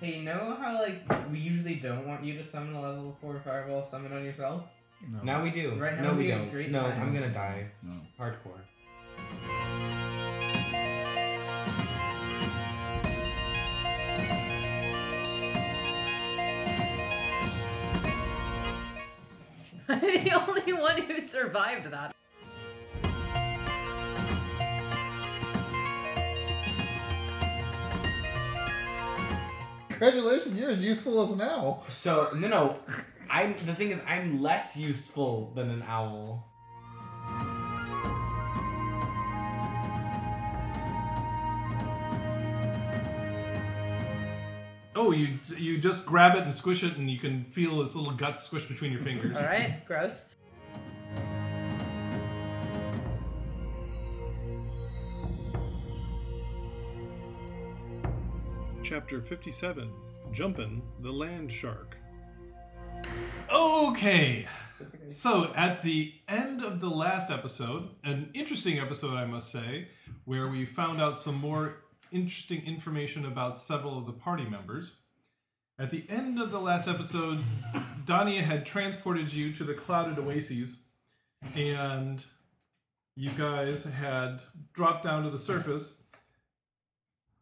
Hey, you know how like we usually don't want you to summon a level four fireball summon on yourself? No. Now we do. Right now no, would we be a don't. great no, time. I'm gonna die. No. Hardcore. I'm the only one who survived that. Congratulations, you're as useful as an owl. So no, no. I'm the thing is I'm less useful than an owl. Oh, you you just grab it and squish it, and you can feel its little guts squish between your fingers. All right, gross. Chapter 57 Jumpin' the Land Shark. Okay, so at the end of the last episode, an interesting episode, I must say, where we found out some more interesting information about several of the party members. At the end of the last episode, Dania had transported you to the Clouded Oases, and you guys had dropped down to the surface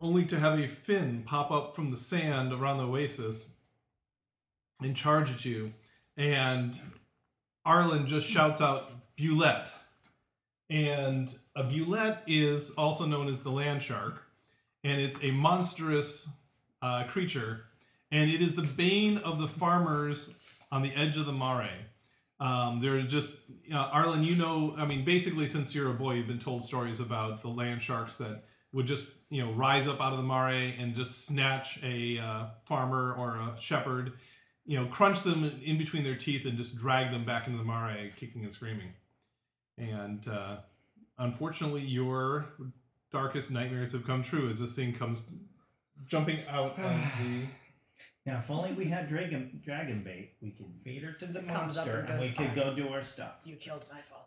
only to have a fin pop up from the sand around the oasis and charge at you. And Arlen just shouts out, Bulette. And a bulette is also known as the land shark, and it's a monstrous uh, creature, and it is the bane of the farmers on the edge of the mare. Um, they're just uh, Arlen, you know. I mean, basically, since you're a boy, you've been told stories about the land sharks that would just you know rise up out of the mare and just snatch a uh, farmer or a shepherd, you know, crunch them in between their teeth and just drag them back into the mare, kicking and screaming. And uh, unfortunately, your darkest nightmares have come true as this thing comes jumping out of the. Now, if only we had dragon dragon bait, we could feed her to the Comes up monster, and and we goes could fine. go do our stuff. You killed my father.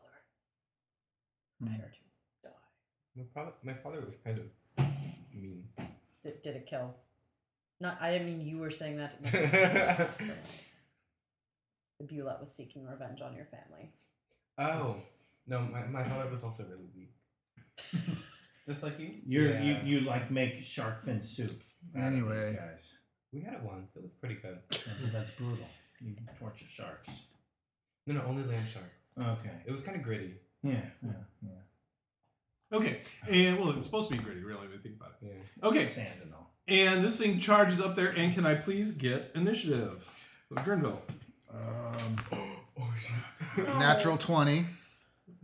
Hmm. Prepare to die. My father, my father was kind of mean. Did, did it kill? Not. I didn't mean you were saying that. To me. oh the Bulette was seeking revenge on your family. Oh. no, my, my father was also really weak. Just like you. You're, Yeah. You you like make shark fin soup. out of Anyway. these guys. We had it once. It was pretty good. Yeah, that's brutal. You torture sharks. No, no, only land shark. Okay. It was kind of gritty. Yeah. Yeah. yeah. Okay, and well, it's supposed to be gritty, really, when you think about Yeah. it. Okay, Sand and all. and this thing charges up there, and can I please get initiative? Grenville. Um, oh shit. natural 20.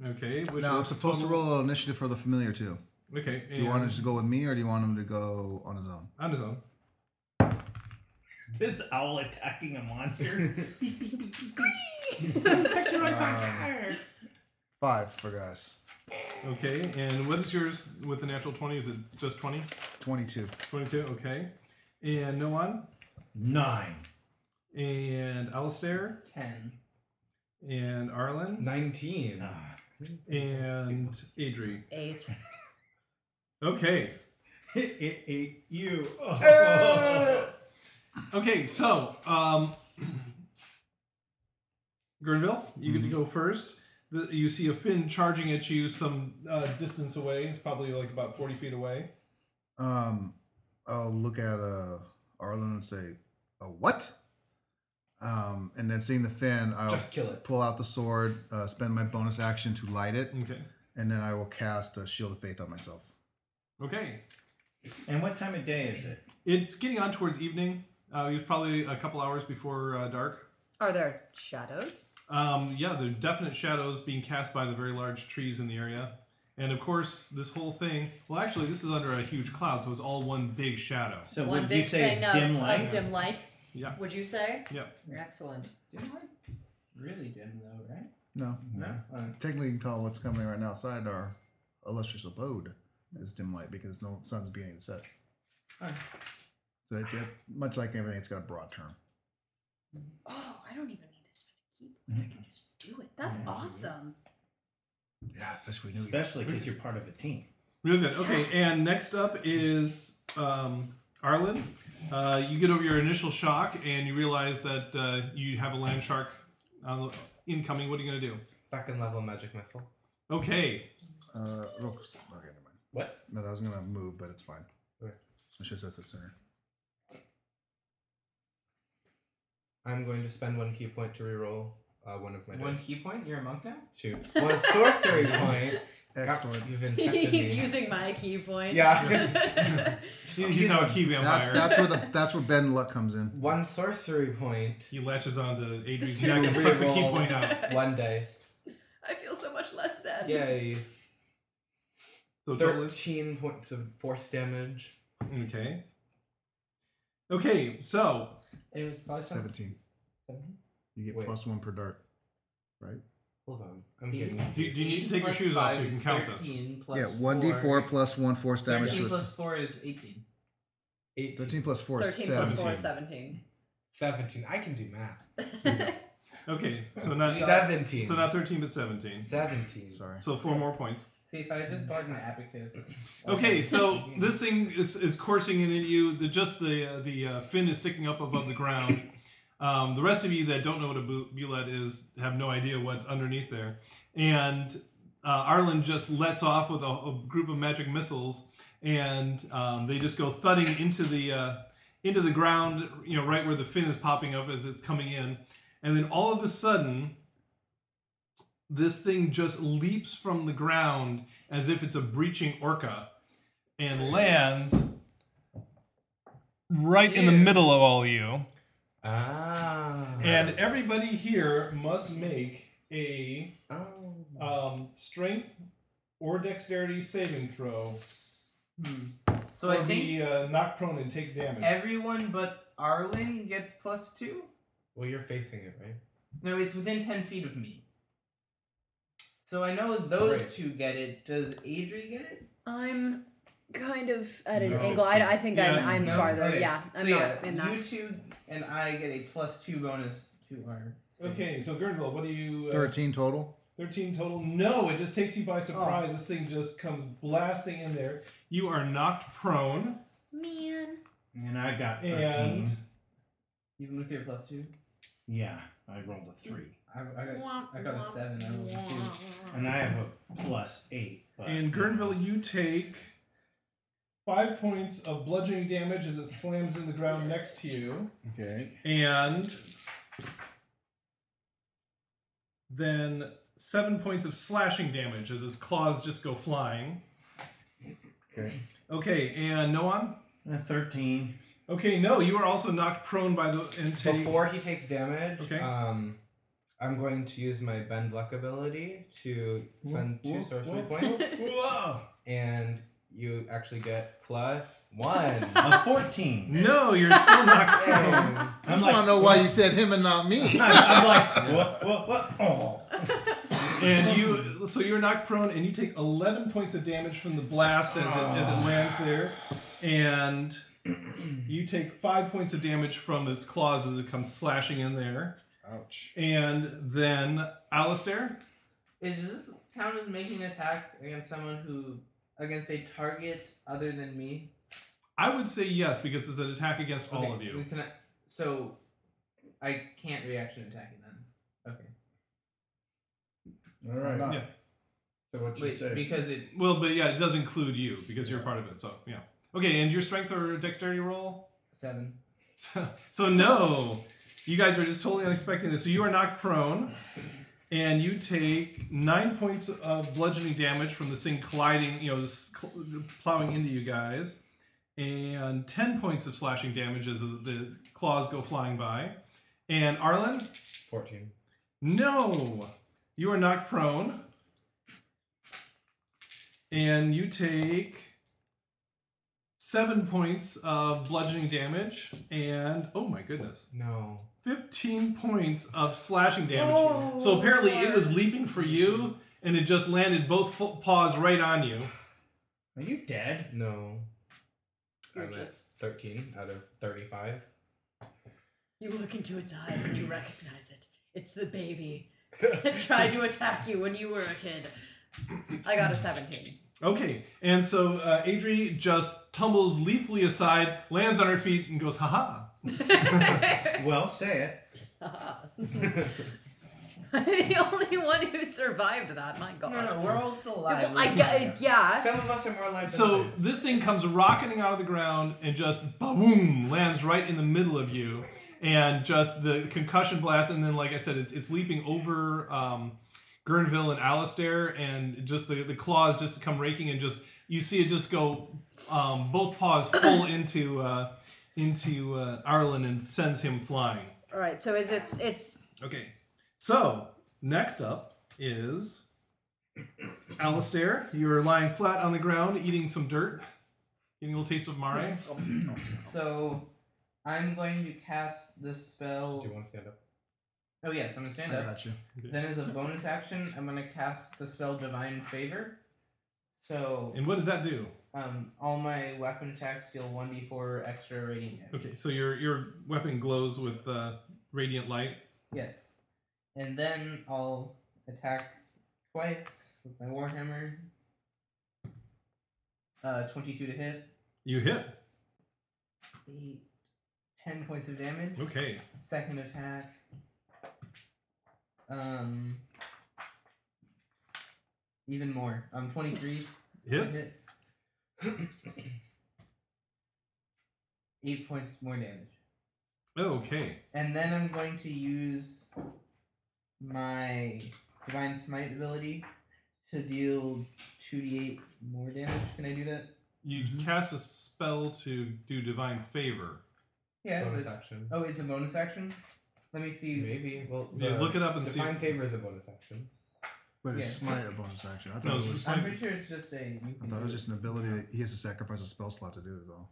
Okay, which Now, I'm is supposed to total- roll an initiative for the familiar, too. Okay, Do you want him to go with me or do you want him to go on his own? on his own? This owl attacking a monster. Um, Five for guys. Okay, and what is yours with the natural 20? Is it just 20? 22. 22, okay. And no one? Nine. And Alistair? Ten. And Arlen? Nineteen. Ah. And Adri. Eight. Okay, it, it ate you. Oh. okay, so, um, Grenville, you get to go first. The- You see a fin charging at you some uh, distance away. It's probably like about 40 feet away. Um, I'll look at uh, Arlen and say, a what? Um, and then seeing the fin, I'll Just kill it. pull out the sword, uh, spend my bonus action to light it, Okay. and then I will cast a Shield of Faith on myself. Okay. and what time of day is it? It's getting on towards evening. Uh, it was probably a couple hours before uh, dark. Are there shadows? Um, yeah, there are definite shadows being cast by the very large trees in the area. And of course, this whole thing. Well, actually, this is under a huge cloud, so it's all one big shadow. So One would big you say thing it's of, dim of light? dim light. Yeah. Would you say? Yeah. Excellent. Dim light? Really dim though, right? No. Mm-hmm. No. Oh, Technically, you can call what's coming right now outside our illustrious abode as dim light because no sun's beginning to set. Alright. So it's uh, much like everything, it's got a broad term. Oh, I don't even need to spend a Mm-hmm. keyboard. I can just do it. That's awesome. Yeah, especially we knew. Especially because you're part of a team. Real good. Okay, and next up is um, Arlen. Uh, you get over your initial shock and you realize that uh, you have a land shark on the- incoming. What are you going to do? Second level magic missile. Okay. Uh, real quick- okay, never mind. What? No, that was gonna move, but it's fine. Okay. It's just that's the center. I'm going to spend one key point to reroll uh, one of my One dice. key point. You're a monk now. Two. One sorcery point. God, Excellent. You've infected He's me. using my key point. Yeah. He- He's now a key That's vampire. that's where the that's where Ben Luck comes in. One sorcery point. He latches onto Adrian's neck and sucks a key point out. One dice. I feel so much less sad. Yay. So total is- Thirteen points of force damage. Okay. Okay, so It was probably some- Seventeen. seven? You get Wait. plus one per dart. Hold on. I'm Eight. getting do, do you need to take your shoes off so you can count this? yeah, one d four plus one force damage to Thirteen his. plus four is eighteen. eight. Thirteen plus four is 13 plus seventeen. 4 is 17. Seventeen. I can do math. Okay, so not seventeen. so not thirteen but seventeen. seventeen. Sorry. So four more points. See if I had just bought an abacus. Okay, so Mm-hmm. this thing is, is coursing in at you. The just the uh, the uh, fin is sticking up above the ground. Um, the rest of you that don't know what a bu- bulette is have no idea what's underneath there. And uh, Arlen just lets off with a, a group of magic missiles, and um, they just go thudding into the uh, into the ground. You know, right where the fin is popping up as it's coming in, and then all of a sudden, this thing just leaps from the ground as if it's a breaching orca and lands right in the Ew. middle of all you. Ah. And everybody here must make a Oh. um, strength or dexterity saving throw. Hmm. So or I think be uh, knocked prone and take damage. everyone but Arlen gets plus two. Well, you're facing it, right? No, it's within ten feet of me. So I know those Right. two get it. Does Adri get it? I'm kind of at an No. angle. I, I think Yeah, I'm, I'm no? farther. Okay. Yeah, So I'm yeah, not. I'm not. you two and I get a plus two bonus to our. okay, so Gurnville, what do you? Uh, Thirteen total. 13 total. No, it just takes you by surprise. This thing just comes blasting in there. You are knocked prone. Man. And I got 13. And- Even with your plus two, Yeah, I rolled a 3. I, I got I got a seven. I rolled a two. And I have a plus 8. But And Gurnville, you take five points of bludgeoning damage as it slams in the ground next to you, Okay. and then seven points of slashing damage as its claws just go flying. Okay. Okay, and Noam. A 13. Okay, no, you are also knocked prone by the and take. Before he takes damage, Okay. um, I'm going to use my Bend Luck ability to spend two sorcery points, Whoa! and you actually get plus one. A 14. No, you're still knocked prone. And I I'm want to like, know why you said him and not me. I'm like, what, what, what? Oh. And you, so you're knocked prone, and you take 11 points of damage from the blast as it, as it lands there, and you take five points of damage from its claws as it comes slashing in there. Ouch. And then Alistair, Is does this count as making an attack against someone who against a target other than me? I would say yes because it's an attack against all Okay, of we you. Can so I can't reaction attack it then. Okay. All Why not? Yeah. So what Wait, because it's Well, but yeah, it does include you because you're part of it. So yeah. Okay, and your strength or dexterity roll. seven. So, so no, you guys are just totally unexpecting this. So you are knocked prone, and you take nine points of bludgeoning damage from this thing colliding, you know, s- cl- plowing into you guys, and ten points of slashing damage as the claws go flying by. And Arlen, Fourteen. no, you are knocked prone, and you take seven points of bludgeoning damage, and oh my goodness. No. 15 points of slashing damage. Oh, so apparently it Lord. was leaping for you and it just landed both fo- paws right on you. Are you dead? No. You're I was just- thirteen out of thirty-five. You look into its eyes and you recognize it. It's the baby that tried to attack you when you were a kid. I got a 17. Okay, and so uh, Adri just tumbles leafly aside, lands on her feet, and goes, haha. Well, say it. I'm the only one who survived that. My God. No, no, we're all still alive. Well, I gu- yeah. Some of us are more alive. Than So others. this thing comes rocketing out of the ground and just boom lands right in the middle of you, and just the concussion blast, and then like I said, it's it's leaping over um, Gurnville and Alistair, and just the the claws just come raking, and just you see it just go um, both paws full into uh, into uh, Arlen and sends him flying. All right. So is it's it's Okay. So next up is Alistair. You're lying flat on the ground, eating some dirt, getting a little taste of mare. So I'm going to cast this do spell. you want to stand up? Oh yes, I'm gonna I stand up. got you. Then as a bonus action, I'm gonna cast the spell Divine Favor. Oh. So And what does that do? um, all my weapon attacks deal one d4 extra radiant damage. Okay, so your your weapon glows with uh, radiant light. Yes, and then I'll attack twice with my warhammer. Uh, 22 to hit. You hit. Eight, 10 points of damage. Okay. Second attack. Um. Even more. Um, 23. Hits. Hit. Eight points more damage. Okay. And then I'm going to use my Divine Smite ability to deal 2d8 more damage. Can I do that? You Mm-hmm. cast a spell to do divine favor. Yeah. bonus but- action. oh, it's a bonus action? Let me see. Maybe. Well, Yeah, the look it up and see. Divine favor is a bonus action. But it's Yeah. smite a bonus action. I thought, No, it it's was, just I'm like- pretty sure it's just a. You I can thought it do was it. just an ability. that He has to sacrifice a spell slot to do it, though.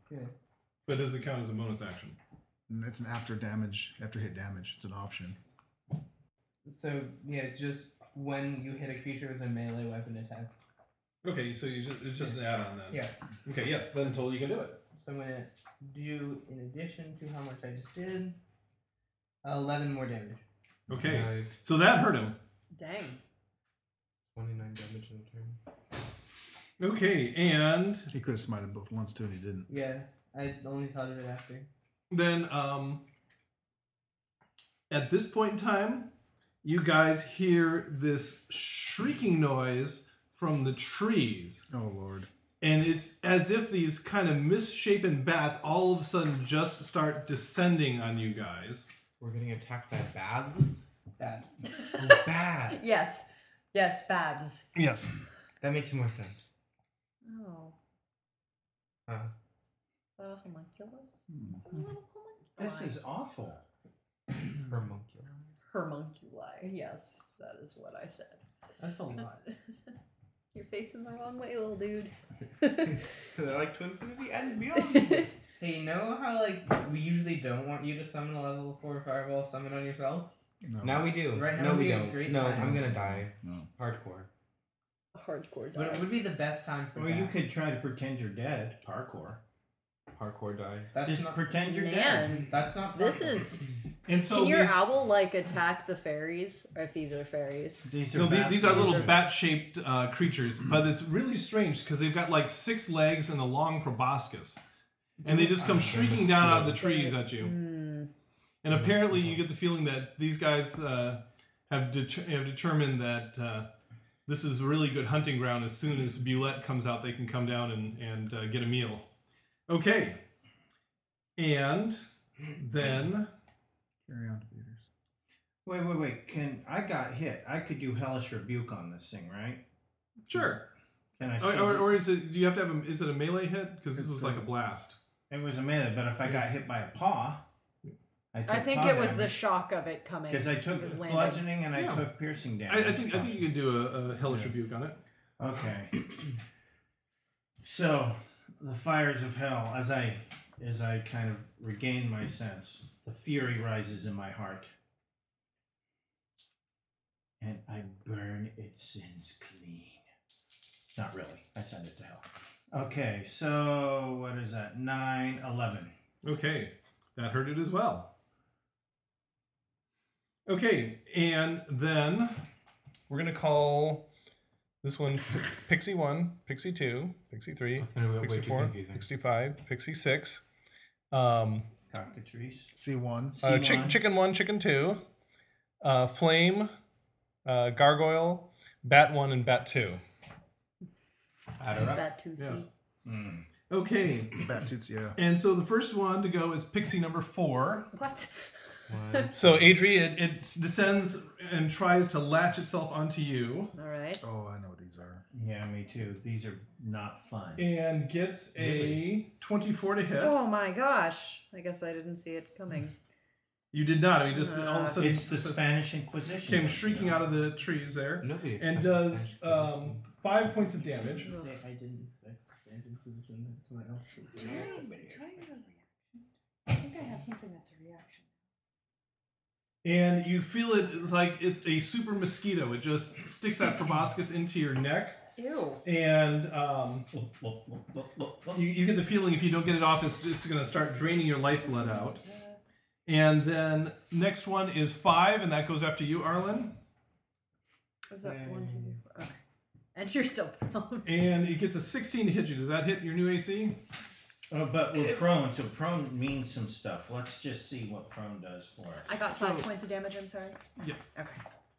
but does it count as a bonus action? And it's an after damage, after hit damage. It's an option. So, yeah, it's just when you hit a creature with a melee weapon attack. Okay, so you just it's just an add-on then. Yeah. Okay. Yes. Then totally you can do it. So I'm going to do, in addition to how much I just did, 11 more damage. Okay. Nice. So that hurt him. dang. Twenty-nine damage in a turn. Okay, and He could have smited both once too, and he didn't. Yeah, I only thought of it after. then um at this point in time you guys hear this shrieking noise from the trees Oh lord. and it's as if these kind of misshapen bats all of a sudden just start descending on you guys We're getting attacked by baths. That's. Oh, bad. Yes. Yes. Babs. yes That makes more sense. Oh. Uh, Uh, homunculus. Hmm. This is awful. homunculus. Hermunculi. Yes, that is what I said. That's a lot. You're facing the wrong way, little dude. They're like to infinity and beyond. Hey, you know how like we usually don't want you to summon a level four fireball summon on yourself? No. now we do. Right now no, would we be a don't. great no, time. I'm gonna die. No. Hardcore. Hardcore But it dog. would be the best time for Or that. you could try to pretend you're dead. Parkour. Hardcore die. That's Just not. pretend you're dead. Man, That's not. this possible. is. and so Can your these, owl like attack the fairies, or if these are fairies? These no, the- bad these are things. little bat-shaped uh, creatures but it's really strange because they've got like six legs and a long proboscis and they just come I'm shrieking gonna down out of the steal. trees at you Hmm. And Unless apparently, we you get the feeling that these guys uh, have, det- have determined that uh, this is really good hunting ground. As soon as Bulette comes out, they can come down and, and uh, get a meal. Okay. And then, Carry on, Peters. Wait, wait, wait. Can I got hit? I could do hellish rebuke on this thing, right? sure. Can I? Or, Still, or, or is it? Do you have to have a? Is it a melee hit? Because this It's was like a a- blast. it was a melee, but if I got hit by a paw, I, I think it was the shock of it coming. because I took It landed. bludgeoning and Yeah. I took piercing I, damage. I think. I think you could do a, a hellish Yeah. rebuke on it. Okay. so, the fires of hell. As I, as I kind of regain my sense, the fury rises in my heart, and I burn its sins clean. Not really. I send it to hell. Okay. So what is that? Nine, eleven. Okay, that hurt it as well. Okay, and then we're gonna call This one, p- Pixie 1, Pixie 2, Pixie 3, It's gonna be way Pixie too 4, confusing. Pixie 5, Pixie 6, um, Cockatrice. C one. uh, chick- C1. Chicken 1, Chicken 2, uh, Flame, uh, Gargoyle, Bat 1, and Bat 2. I don't know. Batusi. Yes. Hmm. Okay, Bat toots, yeah. and so the first one to go is Pixie number 4. What? One. So, Adri, it, It, it descends and tries to latch itself onto you All right. Oh, I know what these are. Yeah, me too. These are not fun. and gets a 24 to hit. Oh my gosh. I guess I didn't see it coming. You did not. I mean, just all of a Uh, sudden It's the Spanish Inquisition. came shrieking out of the trees there Nobody and expects does Spanish um, Inquisition. five points of damage. I didn't expect Spanish Inquisition. That's what else. would Do do. I, do I have a reaction? I think I have something that's a reaction. And you feel it it's like it's a super mosquito. It just sticks that proboscis into your neck. Ew. And um, you, you get the feeling if you don't get it off, it's just going to start draining your lifeblood out. And then next one is five, and that goes after you, Arlen. Was that one, two, three, four? Okay. And you're still prone. And it gets a 16 to hit you. Does that hit your new AC? Oh, but we're prone, so prone means some stuff. Let's just see what prone does for us. I got five points of damage, I'm sorry. Yeah. Okay.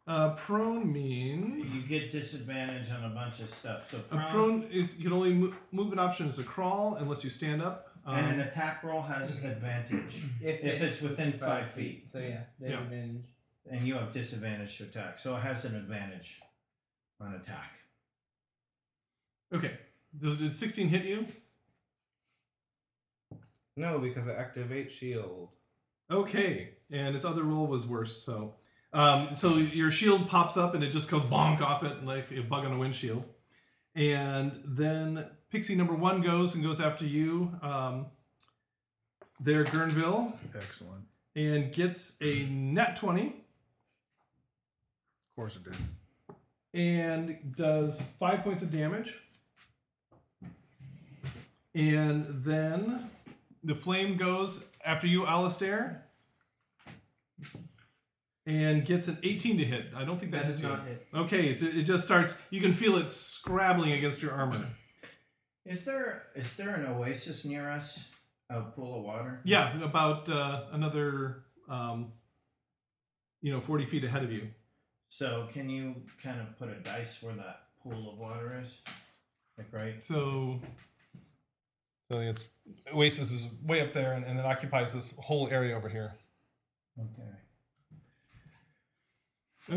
Uh, prone means. You get disadvantage on a bunch of stuff. So A prone, prone is you can only move, move an option is to crawl unless you stand up. and an Um, attack roll has advantage, If it's within five feet. So yeah, they Yeah. have advantage. and you have disadvantage to attack. So it has an advantage on attack. okay, does did 16 hit you? No, because I activate shield. Okay, and its other roll was worse. So, um, so your shield pops up and it just goes bonk off it like a bug on a windshield. And then Pixie number one goes and goes after you. Um, there, Gurnville, Excellent. Of and gets a net 20 course it did. and does five points of damage. And then the flame goes after you, Alistair, and gets an 18 to hit. I don't think that That hits does you. not hit. Okay, it's, it just starts. You can feel it scrabbling against your armor. Is there is there an oasis near us? A pool of water? Yeah, about uh, another, um, you know, 40 feet ahead of you. So can you kind of put a dice where that pool of water is? Like right? So So it's Oasis is way up there and, and it occupies this whole area over here. Okay.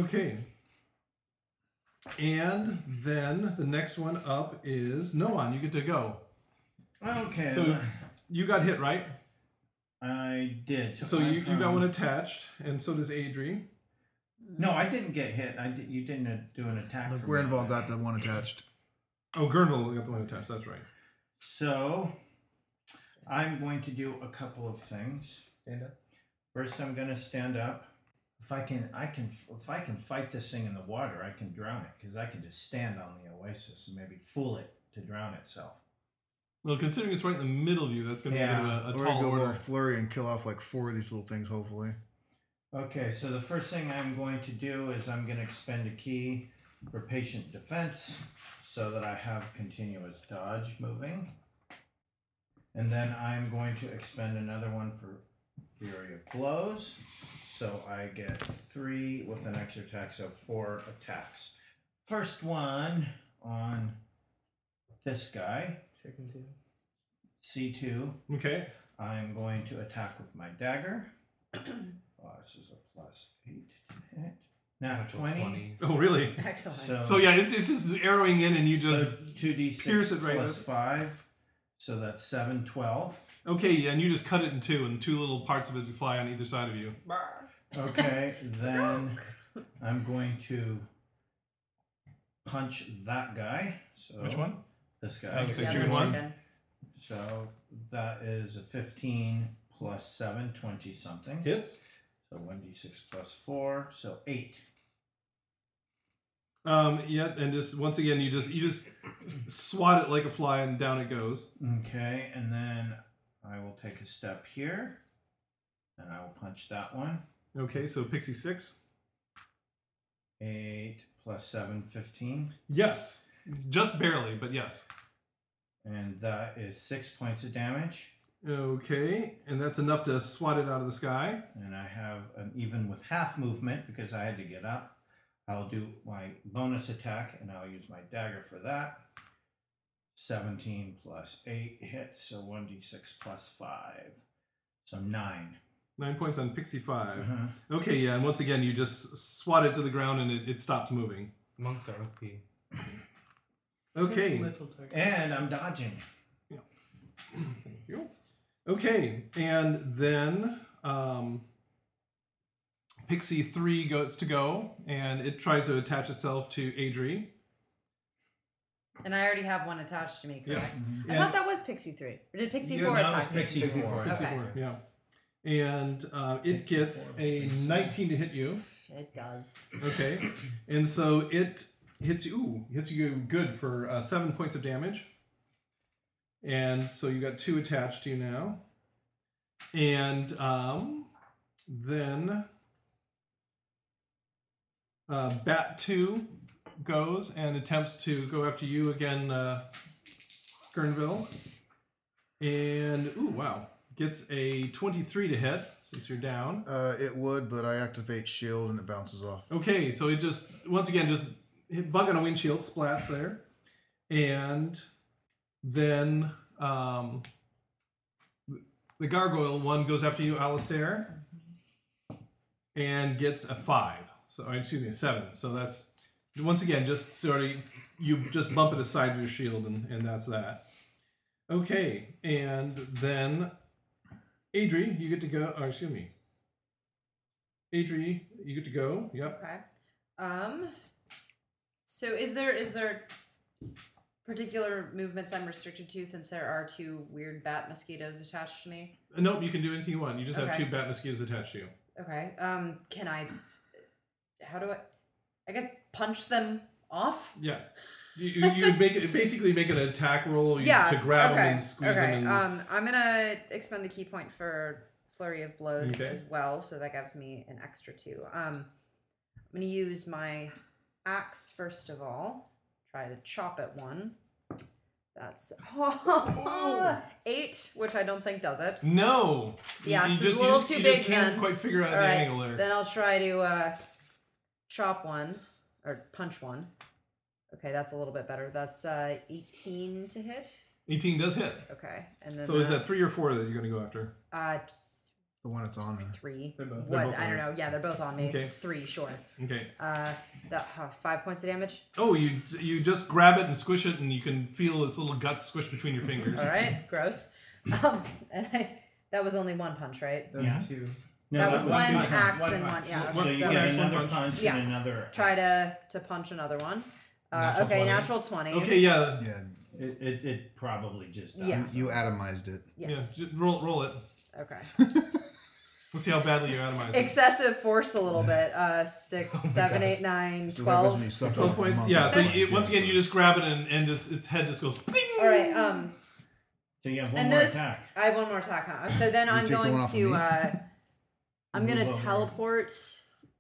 Okay. And then the next one up is Noan. You get to go. Okay. So- You got hit, right? I did. So I'm you, you got prone. one attached, and so does Adri. No, I didn't get hit. I did, you didn't uh, do an attack. Look, for me. Granville got the one attached. Oh, Gurnville got the one attached. That's right. So I'm going to do a couple of things. Stand up. First, I'm going to stand up. If I can, I can. If I can fight this thing in the water, I can drown it because I can just stand on the oasis and maybe fool it to drown itself. Well, considering it's right in the middle of you, that's going to Yeah, be a Or bit of a, a we tall go order. with flurry and kill off like four of these little things, hopefully. Okay, so the first thing I'm going to do is I'm going to expend a key for patient defense so that I have continuous dodge moving. And then I'm going to expend another one for Fury of Blows. So I get three with an extra attack, so four attacks. First one on this guy, Chicken two. C2. Okay. I'm going to attack with my dagger. oh, this is a plus eight to hit. Now Natural 20. Oh, really? Excellent. So yeah, it's, it's just arrowing in, and you just so 2d6 pierce it right plus up. 5. So that's 7, 12. okay, yeah, and you just cut it in two, and two little parts of it fly on either side of you. Okay, then I'm going to punch that guy. So Which one? This guy. Oh, so Yeah, you the won? chicken. So that is a 15 plus 7, 20 something. Hits. So 1d6 plus 4, so 8. Um, yeah, and just once again, you just you just swat it like a fly, and down it goes. Okay, and then I will take a step here, and I will punch that one. Okay, so Pixie six. Eight plus seven, fifteen. Yes. Just barely, but yes. And that is six points of damage. Okay, and that's enough to swat it out of the sky. And I have an even with half movement because I had to get up. I'll do my bonus attack and I'll use my dagger for that. 17 plus 8 hits, so 1d6 plus 5. So 9. Nine points on Pixie 5. Uh-huh. Okay, yeah, and once again, you just swat it to the ground and it, it stops moving. Monks are OP. Okay. Little target. And I'm dodging. Thank you. Okay, and then um, Pixie 3 goes to go, and it tries to attach itself to Adri. And I already have one attached to me, Yeah. correct? I And- thought that was Pixie 3. Or did Pixie Yeah, 4 that was attack me? Pixie Pixie four. four. Okay. Pixie 4, yeah. And uh, it Pixie gets four, a Pixie. 19 to hit you. It does. Okay, and so it hits you. Ooh, hits you good for uh, seven points of damage. And so you got two attached to you now. And um, then uh, Bat Two goes and attempts to go after you again, uh, Kernville. And ooh, wow, gets a twenty-three to hit since you're down. Uh, it would, but I activate shield and it bounces off. Okay, so it just once again just hit bug on a windshield, splats there, and then um, the gargoyle one goes after you, Alistair, and gets a five. So excuse me, a seven. So that's once again just sort of you just bump it aside with your shield, and, and that's that. Okay, and then Adri, you get to go. Or excuse me, Adri, you get to go. Yep. Okay. Um. So is there is there particular movements I'm restricted to since there are two weird bat mosquitoes attached to me? Uh, Nope, you can do anything you want. You just have Okay. two bat mosquitoes attached to you. Okay. Um. Can I? How do I? I guess punch them off. Yeah, you you, you make it, basically make an attack roll. You, yeah. to grab okay. them and squeeze okay. them. And, Um. I'm gonna expend the key point for flurry of blows Okay. as well, so that gives me an extra two. Um. I'm gonna use my axe first of all. Try to chop at one. That's eight, which I don't think does it. no, The You- you axe is a just- you little just- too you big Just can't then. quite figure out the All right, angle there. Then I'll try to uh, chop one or punch one. Okay, that's a little bit better. That's uh, 18 to hit. Eighteen does hit. Okay, and then So is that that's, three or four that you're going to go after? uh, The one that's on there. three? They're both- What both I on don't know. Yeah, they're both on me. Okay. Three, sure. Okay. Uh, that uh, five points of damage. Oh, you you just grab it and squish it, and you can feel its little guts squish between your fingers. All right, gross. Um, and I, that was only one punch, right? That's Yeah. two. No, That was one punch. axe and one- yeah, So okay, you so- get Yeah, one another punch. punch Yeah. and another. Try axe. to to punch another one. Uh, Natural okay, 20. natural twenty. Okay. Yeah. Yeah, It, it, it probably just dies. Yeah. you atomized it. Yes. Yeah. Just roll roll it. Okay. Let's see how badly you atomize it. excessive force a little bit. Uh, six, seven, gosh. eight, nine, So twelve. you sucked Twelve off a points. monk. Yeah. So Like, you, dude, once again, you first. just grab it, and and just, its head just goes. All right. Um, So you have one And more those- attack. I have one more attack. Huh? So then You I'm take the one going off of to. me? Uh, I'm Move gonna over. Mm-hmm. teleport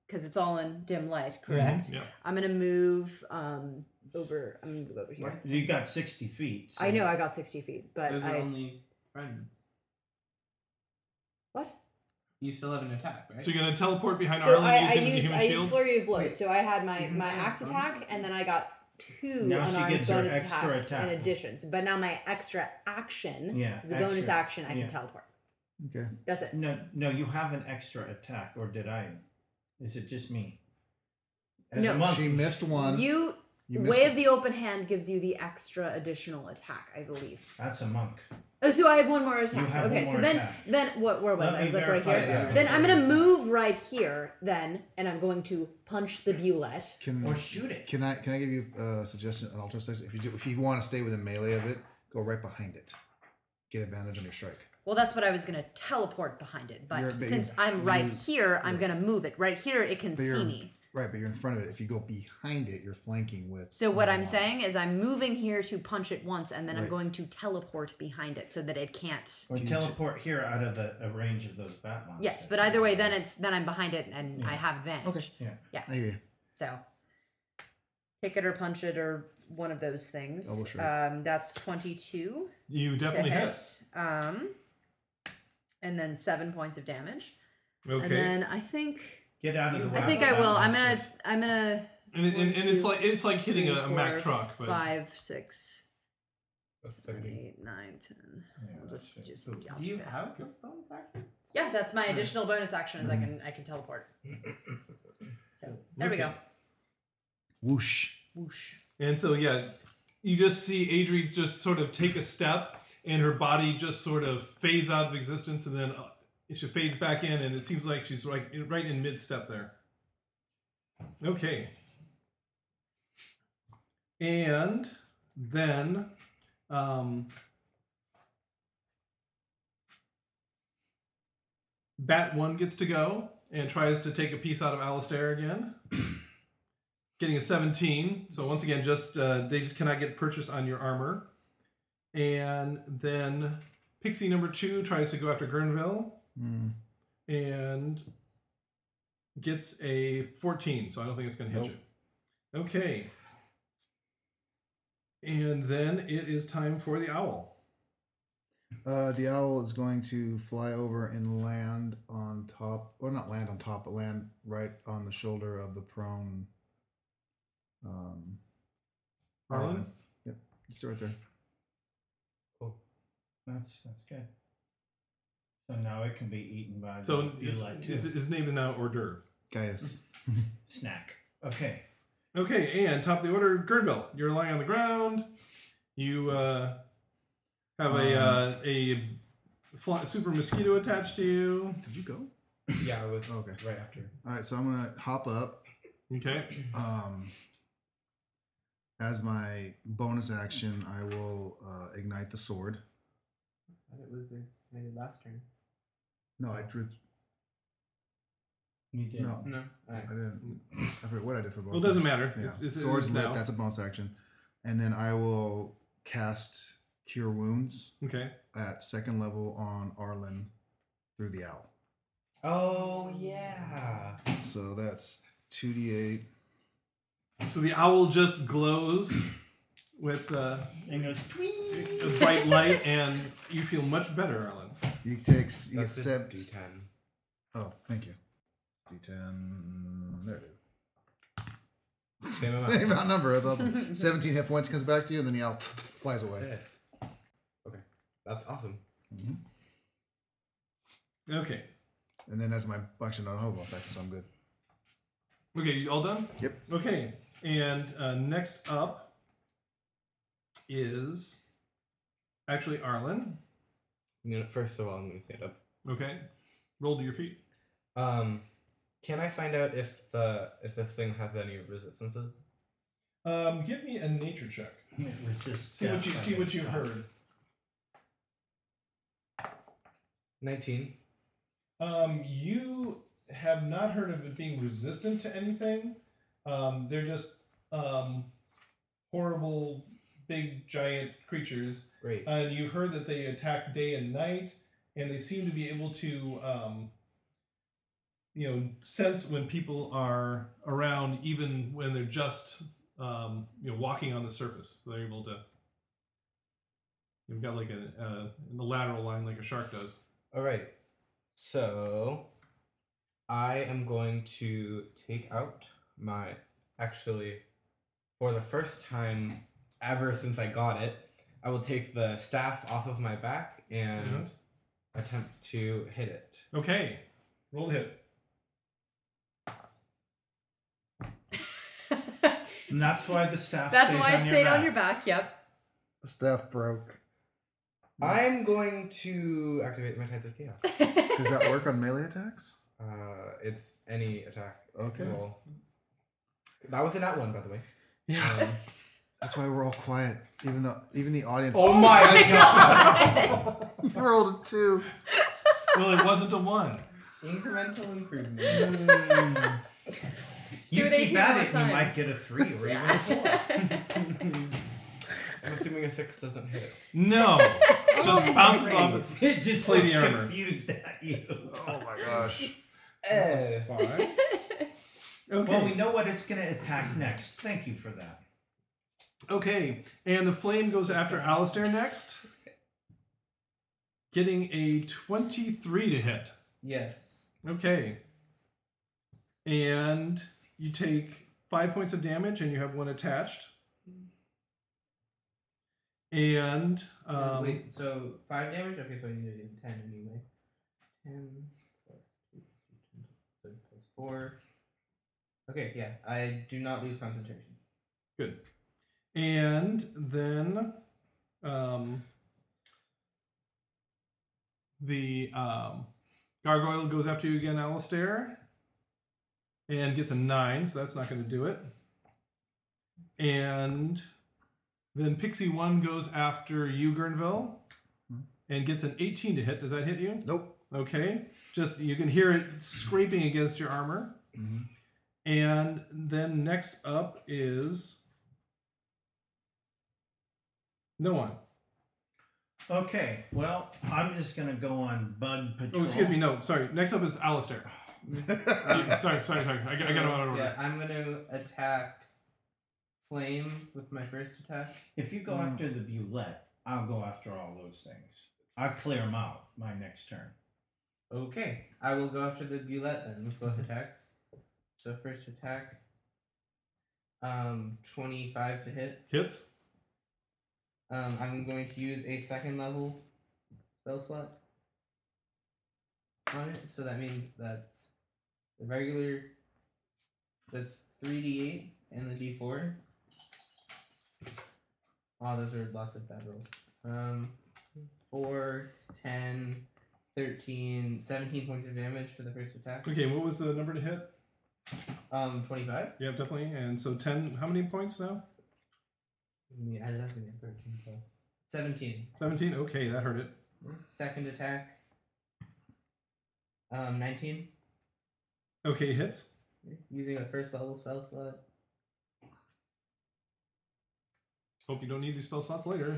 because it's all in dim light. Correct. Yeah. I'm gonna move um over. I'm gonna move over here. You got 60 feet. so- I know I got sixty feet, but Those I are only friends. what? You still have an attack, right? So you're gonna teleport behind So Arlen I, I using the used human I used shield. flurry of blows. Wait, So I had my isn't my that axe fun? attack, and then I got two Now she unarmed gets her bonus extra attacks attack. in addition. So- But now my extra action Yeah, is a bonus extra. action. I yeah. can teleport. Okay. That's it. No, no, you have an extra attack, or did I? Is it just me? As No. a monk, She missed one. You, You, missed way of it. the open hand gives you the extra additional attack, I believe. that's a monk. Oh, so I have one more attack. You have okay, one so more then attack. then what? Where was Let I? me I was like right verify here. that. Then I'm gonna move right here then, and I'm going to punch the Bulette. Can, Or shoot it. can I can I give you a suggestion? An alternate suggestion? If you do, if you want to stay within melee of it, go right behind it. Get advantage on your strike. Well, that's what I was gonna teleport behind it, but You're- but since you're- I'm right you're- here, I'm gonna move it. Right here, it can But you're- see me. Right, but you're in front of it. If you go behind it, you're flanking with. So what the I'm wand. saying is, I'm moving here to punch it once, and then I'm Right. going to teleport behind it so that it can't. Or Can you teleport here out of the a range of those bat monsters. Yes, but either way, then it's then I'm behind it and I have advantage. Okay. Yeah. I hear you. So, kick it or punch it or one of those things. Oh, well, sure. Um, that's 22 You to definitely hit. hit. Um, and then seven points of damage. And Okay. then I think Get out of the way. I think I will. I'm gonna I'm gonna. And, and, and it's one, like it's like hitting a, three, a Mack four, truck, but five, six, A seven, 30. eight, nine, ten. Yeah, I'll just that's it. just So, yeah, I'll do you just go. have your phone's action? yeah. That's my additional bonus action is I Mm-hmm. can I can teleport. So there we go. Whoosh. Whoosh. and so yeah, you just see Adri just sort of take a step, and her body just sort of fades out of existence, and then uh, she fades back in, and it seems like she's right right in mid step there. Okay. And then, um, Bat One gets to go and tries to take a piece out of Alistair again, getting a 17. So once again, just uh, they just cannot get purchase on your armor. And then Pixie number two tries to go after Gurnville Mm. and gets a 14 so i don't think it's going to hit you okay and then it is time for the owl Uh, the owl is going to fly over and land on top, or not land on top, but land right on the shoulder of the prone. Um, Harlan? Yep, it's right there. That's that's good. So now it can be eaten by the so it's, Eli too. his, his name is now hors d'oeuvre Mm-hmm. Gaius. Snack. Okay. okay and top of the order Gurnville, you're lying on the ground you uh, have a Um. uh, a fly, super mosquito attached to you Did you go? Yeah, I was Okay. right after. All right, so I'm gonna hop up. okay Um, as my bonus action, I will uh, ignite the sword. I thought it was your- maybe last turn. No, I drew. You did. No, No. I didn't. I forget what I did for bonus. well it doesn't action. matter Yeah. it's, it's, Swords it's lit. now. That's a bonus action, and then I will cast Cure Wounds okay at second level on Arlen through the owl. Oh yeah. So that's two d eight. So the owl just glows with uh, And goes tweet. a bright light, and you feel much better, Arlen. He takes. He That's a accepts. D10. Oh, thank you. D10. There it is. Same amount. Same amount number. That's awesome. 17 hit points comes back to you, and then the owl flies away. Sick. Okay, that's awesome. Mhm. Okay. And then that's my actually not a whole bonus action, so I'm good. Okay, you all done? Yep. Okay, and uh, next up is actually Arlen. You know, first of all, I'm gonna stand up. Okay. Roll to your feet. Um, can I find out if the if this thing has any resistances? Um, give me a nature check. It resists See what death you by see what you itself. heard. Nineteen. Um, you have not heard of it being resistant to anything. Um, they're just um, horrible, big, giant creatures. Great. And you've heard that they attack day and night, and they seem to be able to, um, you know, sense when people are around, even when they're just, um, you know, walking on the surface. So they're able to. You've got like a, a, a lateral line, like a shark does. All right. So, I am going to take out my actually, for the first time ever since I got it, I will take the staff off of my back and Mhm. Mm-hmm. attempt to hit it. Okay, roll to hit. And that's why the staff. That's stays why on it your stayed back. on your back. Yep. Staff broke. Mm. I'm going to activate my type of chaos. Does that work on melee attacks? Uh, it's any attack Okay. roll. That was in that one, by the way. Yeah. Um, That's why we're all quiet. Even though even the audience. Oh my You rolled a two. well, it wasn't a one. Incremental improvement. You Do it 18 keep at more it, and you might times. get a three or even a Yes. four. I'm assuming a six doesn't hit. No, just bounces off its. It just Play the looks armor. confused at you. Oh my gosh. Eh. Okay. Well, we know what it's going to attack next. Thank you for that. Okay, and the flame goes after Alistair next, getting a 23 to hit. Yes. Okay. And you take five points of damage, and you have one attached. And um, Wait, so five damage? Okay, so I need to do ten anyway. Ten plus two, two, two, plus four. Okay, yeah, I do not lose concentration. Good. And then um, the um, gargoyle goes after you again, Alistair, and gets a nine, so that's not going to do it. And then Pixie 1 goes after you, Gurnville, and gets an 18 to hit. Does that hit you? Nope. Okay. Just you can hear it scraping against your armor. Mhm. And then next up is no one. Oh, Okay, well, I'm just gonna go on bug patrol. Oh, excuse me. No, sorry. Next up is Alistair. sorry, sorry, sorry. I, got- I got him out of order. Yeah, I'm gonna attack flame with my first attack. If you go Mm. after the Bulette, I'll go after all those things. I clear them out my next turn. Okay, I will go after the Bulette then with both attacks. So first attack, um, twenty-five to hit. Hits. Um, I'm going to use a second level spell slot on it, so that means that's the regular. That's three d eight and the d four. Oh, those are lots of bad rolls. Um, 4, 10, 13, 17 points of damage for the first attack. Okay, what was the number to hit? Um, 25. Yeah, definitely. And so ten. How many points now? Let me add it up again. 13, 12. 17. Seventeen. Okay, that hurt it. Second attack. Um, 19. Okay, hits. Using a first level spell slot. Hope you don't need these spell slots later.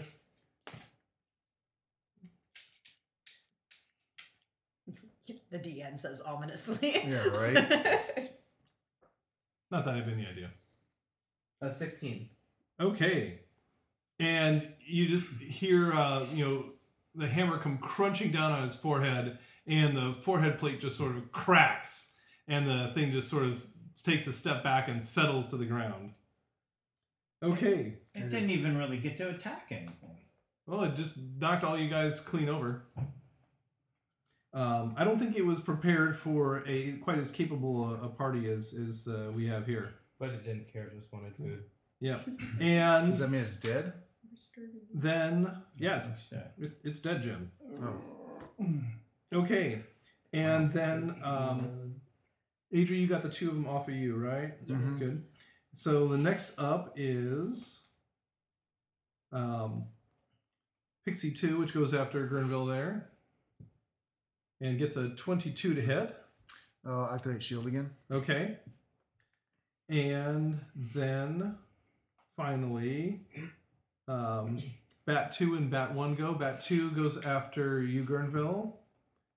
The DN says ominously. Yeah, right? Not that I have any idea. Uh, 16. Okay. And you just hear, uh, you know, the hammer come crunching down on his forehead, and the forehead plate just sort of cracks, and the thing just sort of takes a step back and settles to the ground. Okay. It didn't even really get to attack anything. Well, it just knocked all you guys clean over. Um, I don't think it was prepared for a quite as capable a, a party as, as uh, we have here. But it didn't care, just wanted food. Yeah. And Does that mean it's dead? then, yeah, it's, Instead. it- it's dead, Jim. Mm. Oh. Okay, and then um, Adri, you got the two of them off of you, right? Mhm. Good. So the next up is um, Pixie Two, which goes after Grenville there, and gets a twenty-two to hit. I'll Oh, activate shield again. Okay, and then finally, um, Bat Two and Bat One go. Bat Two goes after you, Grenville,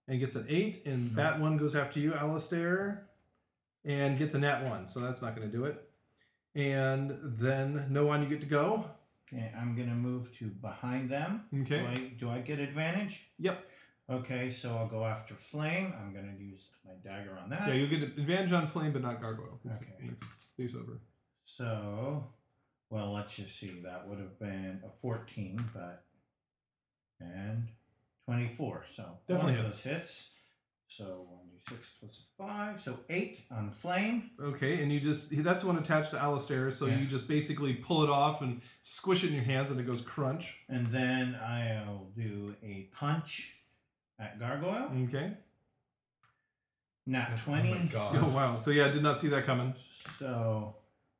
and gets an eight, and Bat One goes after you, Alistair, and gets a nat one. So that's not going to do it. And then no one, you get to go. Okay, I'm gonna move to behind them. Do I, do I get advantage? Yep. Okay, so I'll go after flame. I'm gonna use my dagger on that. Yeah, you'll get advantage on flame, but not gargoyle. It's- Okay. it's loose over. So, well, let's just see. That would have been a 14, but and 24. So Definitely one of those hits. So 1d6 plus 5. So 8 on flame. Okay, and you just—that's one attached to Alistair. So Yeah. you just basically pull it off and squish it in your hands, and it goes crunch. And then I'll do a punch at gargoyle. Okay. Nat Oh my 20. god. Mm. Oh wow. So yeah, I did not see that coming. so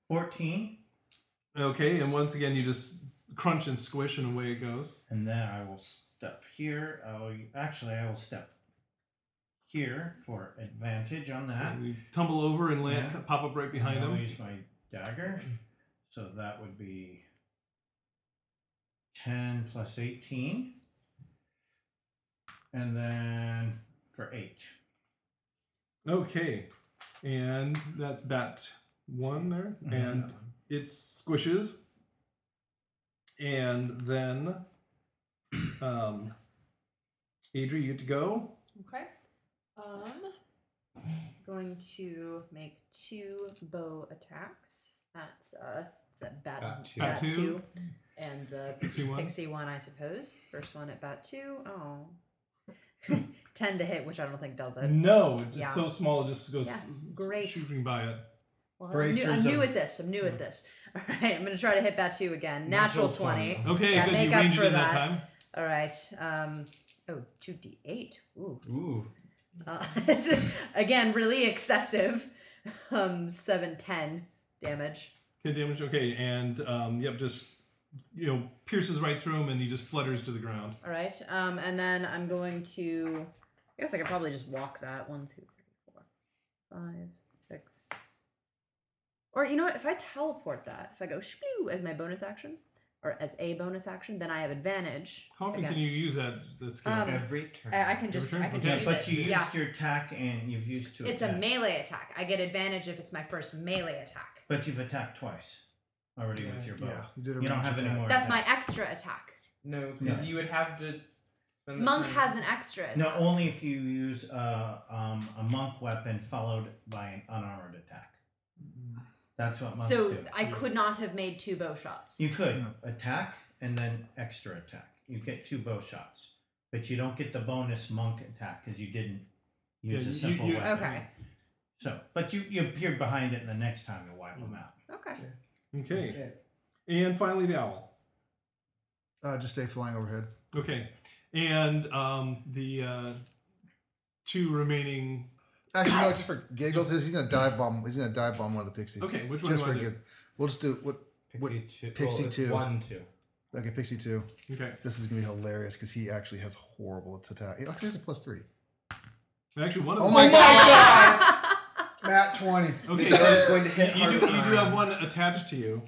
14. Okay, and once again you just crunch and squish and away it goes. And then I will step here. I'll, actually, I will step here for advantage on that. You tumble over and land, Uh-huh. Yeah. pop up right behind And I'll him. use my dagger. So that would be 10 plus 18. And then for 8. Okay, Uh-huh. and that's bat one there, and it squishes. and then, um, Adri, you get to go. Okay. Um, going to make two bow attacks at uh, is that bat, Bat two. Bat two. and uh, Pixie one. pixie one, I suppose. First one at bat two. Oh. Ten to hit, which I don't think does it. No, it's Yeah. so small it just goes Yeah, s- s- great. shooting by it. Well, I'm new, I'm Bracers new of- at this. I'm new at this. All right, I'm gonna try to hit bat two again. Natural, Natural twenty. 20. Okay, Yeah, good. make you up ranged for it that. that time. All right. Um. Oh, 2d8. Ooh. Ooh. Uh, this is, again, really excessive. Um, seven, ten damage. Ten damage. Okay, and um, yep, just you know pierces right through him, and he just flutters to the ground. All right. Um, and then I'm going to. I guess I could probably just walk that. One, two, three, four, five, six. Or you know what? If I teleport that, if I go shplew as my bonus action, or as a bonus action, then I have advantage. How often can against- you use that? That skill. Um, Every turn. I, I can just. turn? I can Okay. just Yeah, use but it. you used yeah. your attack and you've used to It's a attack. melee attack. I get advantage if it's my first melee attack. But you've attacked twice already with your bow. Yeah, you did a You don't range have any attack. more. That's my attack. extra attack. No, because you would have to. spend the Monk time- has an extra. Attack. No, only if you use a um, a monk weapon followed by an unarmored attack. That's what monks So do. I could not have made two bow shots. You could No. attack and then extra attack. You get two bow shots, but you don't get the bonus monk attack because you didn't use Yeah, a you- simple you- weapon. okay. So, but you you appear behind it, and the next time you wipe them out. Okay. okay, and finally the owl. Uh, just stay flying overhead. Okay, and um, the uh, two remaining. Actually, no, just for giggles, he's gonna dive bomb. He's gonna dive bomb one of the pixies. Okay, which one just do you for want to good. We'll just do what. What- Pixie two. Pixie well, it's two. One two. Okay, pixie two. do? Okay, This is gonna be hilarious because he actually has horrible attack. He actually has a plus three. actually one of Oh them. my gosh! Matt twenty. Okay, So so it's going to hit you do, you hard do time. have one attached to you,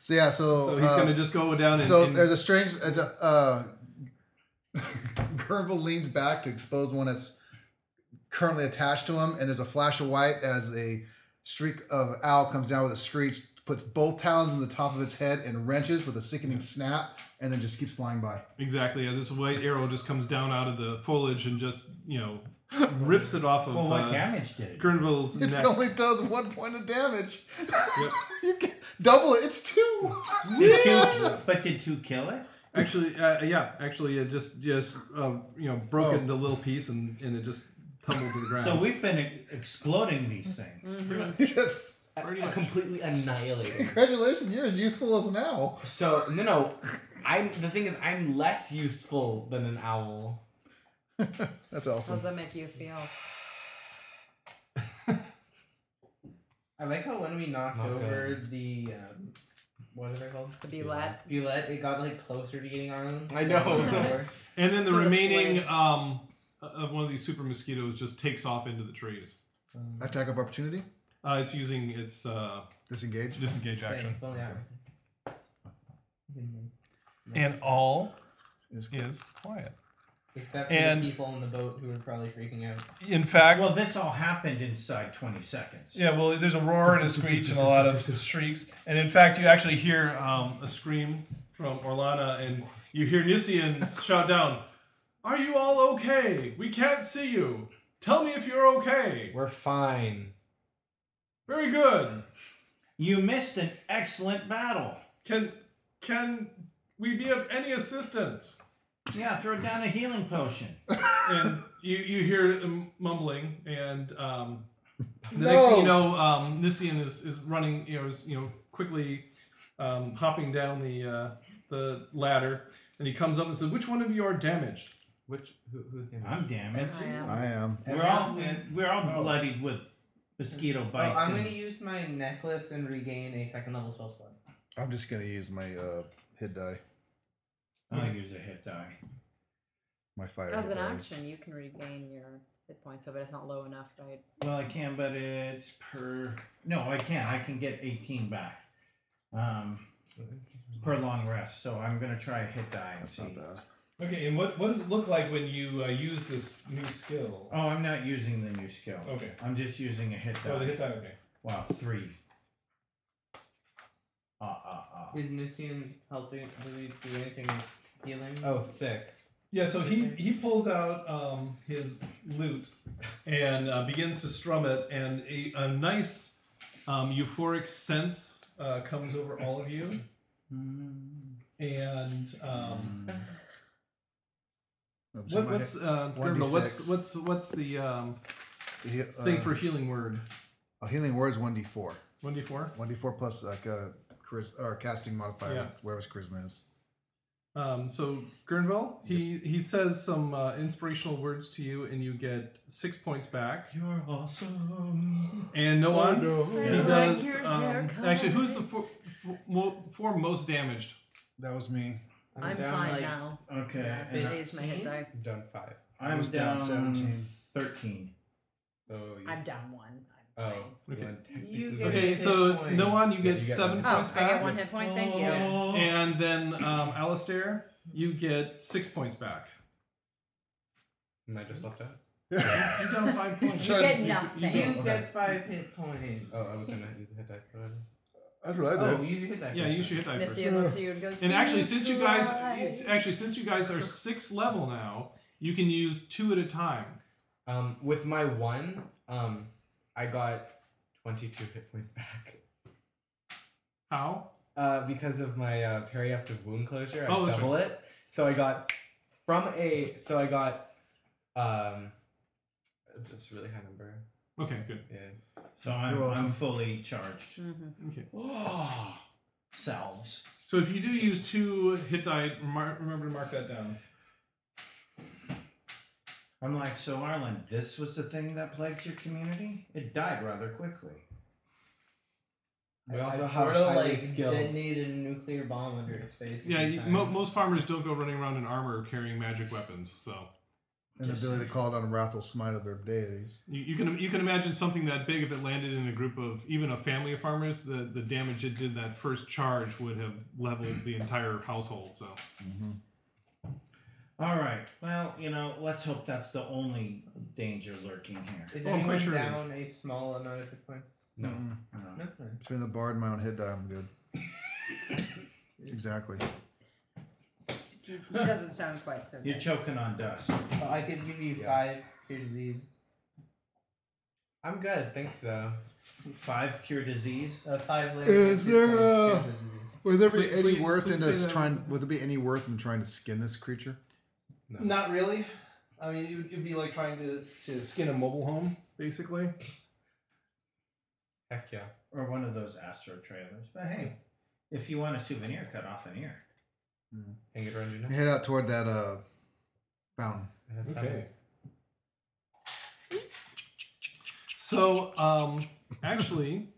So yeah, so so he's uh, gonna just go down. And, so and- there's a strange. it's a, Uh, Gerbil leans back to expose one that's currently attached to him, and there's a flash of white as a streak of owl comes down with a screech, puts both talons in the top of its head, and wrenches with a sickening snap, and then just keeps flying by. exactly. Yeah, this white arrow just comes down out of the foliage and just you know rips it off of Well, what uh, damage did it? do? Grenville's It neck. only does one point of damage. you can, double it. It's two. Did two, but did two kill it? Actually, uh, yeah, actually, it just just uh, you know broke it into little piece and, and it just tumbled to the ground. So we've been e- exploding these Mm-hmm. things. yes. Pretty I- I much. completely annihilated. Congratulations, you're as useful as an owl. so no, no. I'm the thing is I'm less useful than an owl. That's How awesome. does that make you feel? I like how when we knocked Not over the um, what are they called? The Bulette. Bulette. It got like closer to getting on him. I know. and then the sort of remaining sway. um, of one of these super mosquitoes just takes off into the trees. Attack of opportunity. Uh, it's using its uh, Disengage. disengage action. Dang, only that was- And all Is- is quiet. Except for And- the people on the boat who were probably freaking out. In fact, Well, this all happened inside 20 seconds. yeah, well, there's a roar and a screech and a lot of shrieks. And in fact, you actually hear um, a scream from Orlana, and you hear Nusian shout down, "Are you all okay? We can't see you. Tell me if you're okay." We're fine. Very good. You missed an excellent battle. Can can we be of any assistance? Yeah, throw down a healing potion. And you you hear it um, mumbling, and um, the next thing you know, um, Nissian is is running, you know, is you know quickly um, hopping down the uh, the ladder, and he comes up and says, "Which one of you are damaged?" Which who, who's the I'm damaged. I am. I am. We're all Everyone- we're all bloodied with mosquito Oh, bites. I'm and- gonna use my necklace and regain a second level spell slot. I'm just gonna use my uh, hit die, I'll use a hit die. my fire. As hit an dice. action, you can regain your hit points, so but it's not low enough, right? Well, I can, but it's per. No, I can't. I can get 18 back um, per long rest. So I'm gonna try a hit die and That's see. not bad. Okay, and what, what does it look like when you uh, use this new skill? Oh, I'm not using the new skill. Okay. I'm just using a hit die. Oh, the hit die, okay. Wow, three. Ah, ah, ah. Is Nusian helping? Does he do anything with healing? Oh, sick. Yeah, so he he pulls out um, his lute and uh, begins to strum it, and a, a nice um, euphoric sense uh, comes over all of you, and um, Oops, what, Mm, my- what's uh, Grimble, 1d6. what's what's what's the um, he- uh, thing for healing word? a healing word is one d four. One d four. One d four plus like a charis- or casting modifier, Yeah. wherever his charisma is. Um, so Gurnville, he he says some uh, inspirational words to you, and you get six points back. You're awesome. And no one. no. He Yeah. does. Like your Um, actually, who's the four, haircut. four, mo- four most damaged? That was me. I'm down, fine like- now. Okay. Yeah, and fifty. Raise my head die. I'm done five. I I'm was down down, 17. 13. So Oh, you, I'm down one. I'm Oh, fine. you Okay. want technically- You get Okay, hit so point. Noan, you Yeah, get you get seven one. Oh, points I back, get one hit point. Thank you. Oh. and then um, Alistair, you get six points back. Am I just left out? You down five points. You get You- nothing. You, You don't. get five hit points. Oh, I was gonna use a hit dice, but I- That's what I did. Oh, use your hit die. yeah, first you then. should hit that first. Missy looks at you and goes. And actually, since you guys, "Surprise." actually since you guys are sixth level now, you can use two at a time. Um, with my one, um, I got twenty-two hit points back. How? Uh, because of my uh, perioperative wound closure, I Oh, that's double it. So I got from a. So I got, um, just a really high number. Okay, good. Yeah. So I'm, You're welcome. I'm fully charged. Mhm. Okay. Oh, salves. So if you do use two hit die, remar- remember to mark that down. I'm like, so Arlen, this was the thing that plagues your community? It died rather quickly. We I also have sort of highly like skilled. detonated a nuclear bomb under his face. Yeah, every you, time. mo- most farmers don't go running around in armor or carrying magic weapons, so An ability to call down Wrathful Smite of their deities. you, you can you can imagine something that big if it landed in a group of even a family of farmers. The the damage it did that first charge would have leveled the entire household. So Mm-hmm. All right. Well, you know, let's hope that's the only danger lurking here. Is Oh, I'm anyone quite sure it is. down a small amount of hit points? No. Mm-mm. Uh, No. Between the bard and my own hit die, I'm good. exactly. He he doesn't sound quite so. You're bad. choking on dust. Well, I could give you Yeah. five cure disease. I'm good, thanks though. Five cure disease. Uh, five later. Is hit points, there, cures uh, the disease. Would there be Please- any please- worth please in say us that. trying? Would there be any worth in trying to skin this creature? No. not really. I mean, it would it'd be like trying to, to skin a mobile home, basically. Heck yeah. Or one of those Astro trailers. But hey, if you want a souvenir, cut off an ear. Hang it around your neck. Head out toward that uh fountain. I had seven. So, um, actually,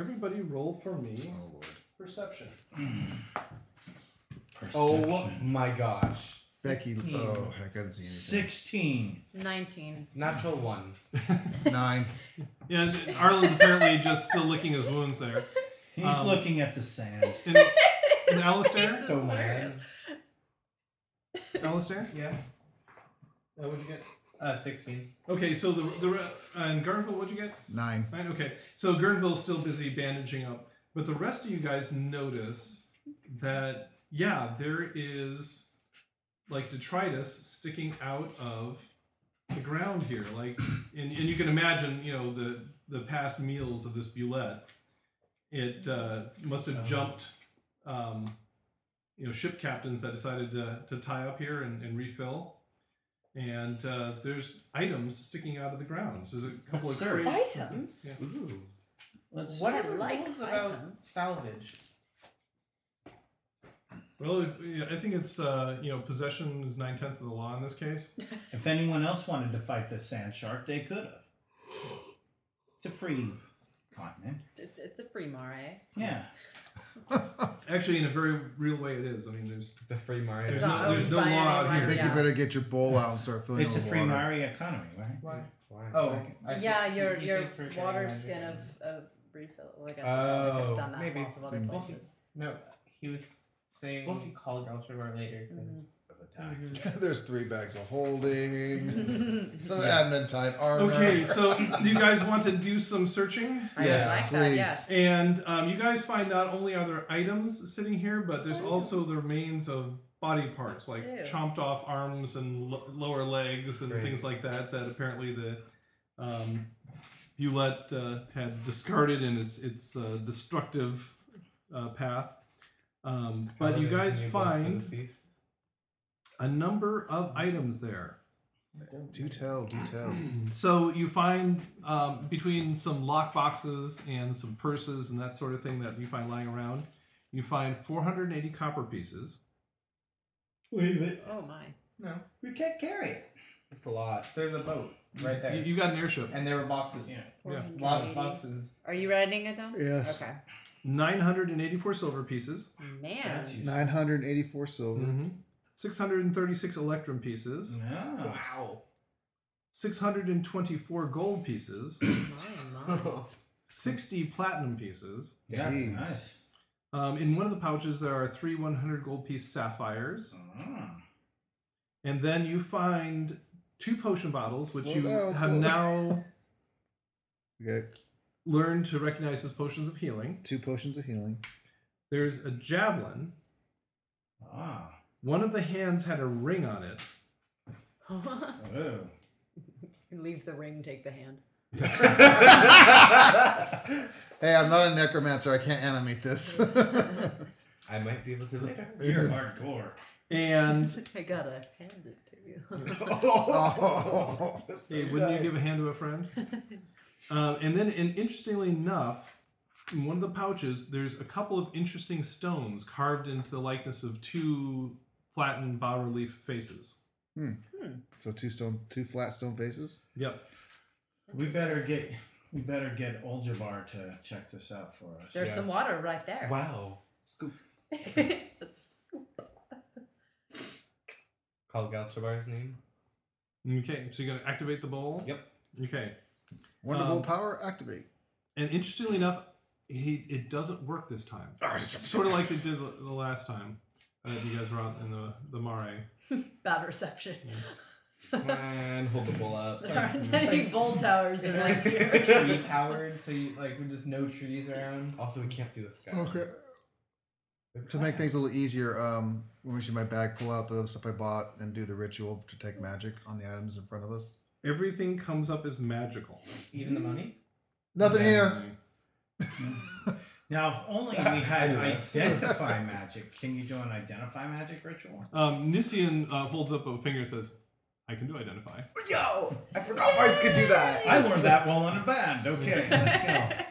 everybody roll for me Oh lord. perception. Oh my gosh. Becky. Sixteen. Oh heck, I didn't see anything. 16. Nineteen. Natural one. Nine. Yeah, and Arlen's apparently just still licking his wounds there. He's Um, looking at the sand. And, and Alistair? This is So mad. hilarious. Alistair? Yeah. Uh, what'd you get? Uh, sixteen. Okay, so the, the re- and Garnville, what'd you get? Nine. Nine? Okay, so Gurnville's still busy bandaging up, but the rest of you guys notice that, yeah, there is like detritus sticking out of the ground here. Like, and, and you can imagine, you know, the, the past meals of this bulette. It uh, must have jumped, um, you know, ship captains that decided to, to tie up here and, and refill. And uh, there's items sticking out of the ground. So there's a couple Let's of search. crates. Items. Yeah. Ooh. Let's What I are the like rules about items. salvage? Well, if- yeah, I think it's uh, you know possession is nine tenths of the law in this case. If anyone else wanted to fight the sand shark, they could have. It's a free continent. It's, it's a free mare. Yeah. Actually, in a very real way, it is. I mean, there's It's a free Mario. there's not no, there's owned no by law out I anyone, here. think Yeah. you better get your bowl out and start filling it's a it with free water. Mari economy, right? Why? Why? Oh, I- yeah, your he your thinks we're getting water magic. skin of, of refill. Well, I guess we probably could have Oh, done that maybe. in lots of other Mm. places. No, he was saying We'll see. call Galshavar later. 'cause Mhm. Of a attacked. There's three bags of holding. the admin type armor. Okay, so do you guys want to do some searching? I Yes, like that. please. Yes. And um, you guys find not only are there items sitting here, but there's also the remains of body parts, like Ew. chomped off arms and lo- lower legs and Great. things like that, that apparently the um, Bulette uh, had discarded in its, its uh, destructive uh, path. Um, but you guys find a number of items there. Do tell, do tell. So you find um, between some lock boxes and some purses and that sort of thing that you find lying around, you find 480 copper pieces. Leave it. Oh my. No, We can't carry it. it's a lot. There's a boat right there, You, you got an airship. and there were boxes. Yeah. Yeah. Lots of 480. boxes. Are you writing it down? Yes. Okay. 984 silver pieces. Man. That's useful. 984 silver. 636 electrum pieces. Yeah. Oh, Wow. 624 gold pieces. My, my. 60 platinum pieces. That's Jeez. nice. Um, in one of the pouches, there are three 100 gold piece sapphires. Mm. And then you find two potion bottles, which Slow you down, have slow- now Okay, learned to recognize as potions of healing. two potions of healing. There's a javelin. Ah. One of the hands had a ring on it. Ooh. Leave the ring, take the hand. Hey, I'm not a necromancer. I can't animate this. I might be able to later. You're hardcore. And I gotta hand it to you. oh. hey, wouldn't you give a hand to a friend? Um, and then, and interestingly enough, in one of the pouches, there's a couple of interesting stones carved into the likeness of two flattened bas relief faces. So two stone, two flat stone faces. Yep. We better get we better get Old Jabbar to check this out for us. There's some water right there. Wow. That's- Call Galchabar's name. Okay, so you're gonna activate the bowl. Yep. Okay. Wonderful Um, power activate. And interestingly enough, he it doesn't work this time. sort of like it did the, the last time that you guys were out in the the mare. Bad reception. and hold the bowl up. There aren't any bolt towers in like Tree powered, so you, like with just no trees around. Also, we can't see the sky. Okay. To make things a little easier, um, when we shoot my bag, pull out the stuff I bought and do the ritual to take magic on the items in front of us. Everything comes up as magical. Even the money. Nothing here. Now, if only we had identify magic. Can you do an identify magic ritual? Um, Nisian uh, holds up a finger and says, "I can do identify." Yo, I forgot Bards could do that. I learned that while in a band. Okay, let's go.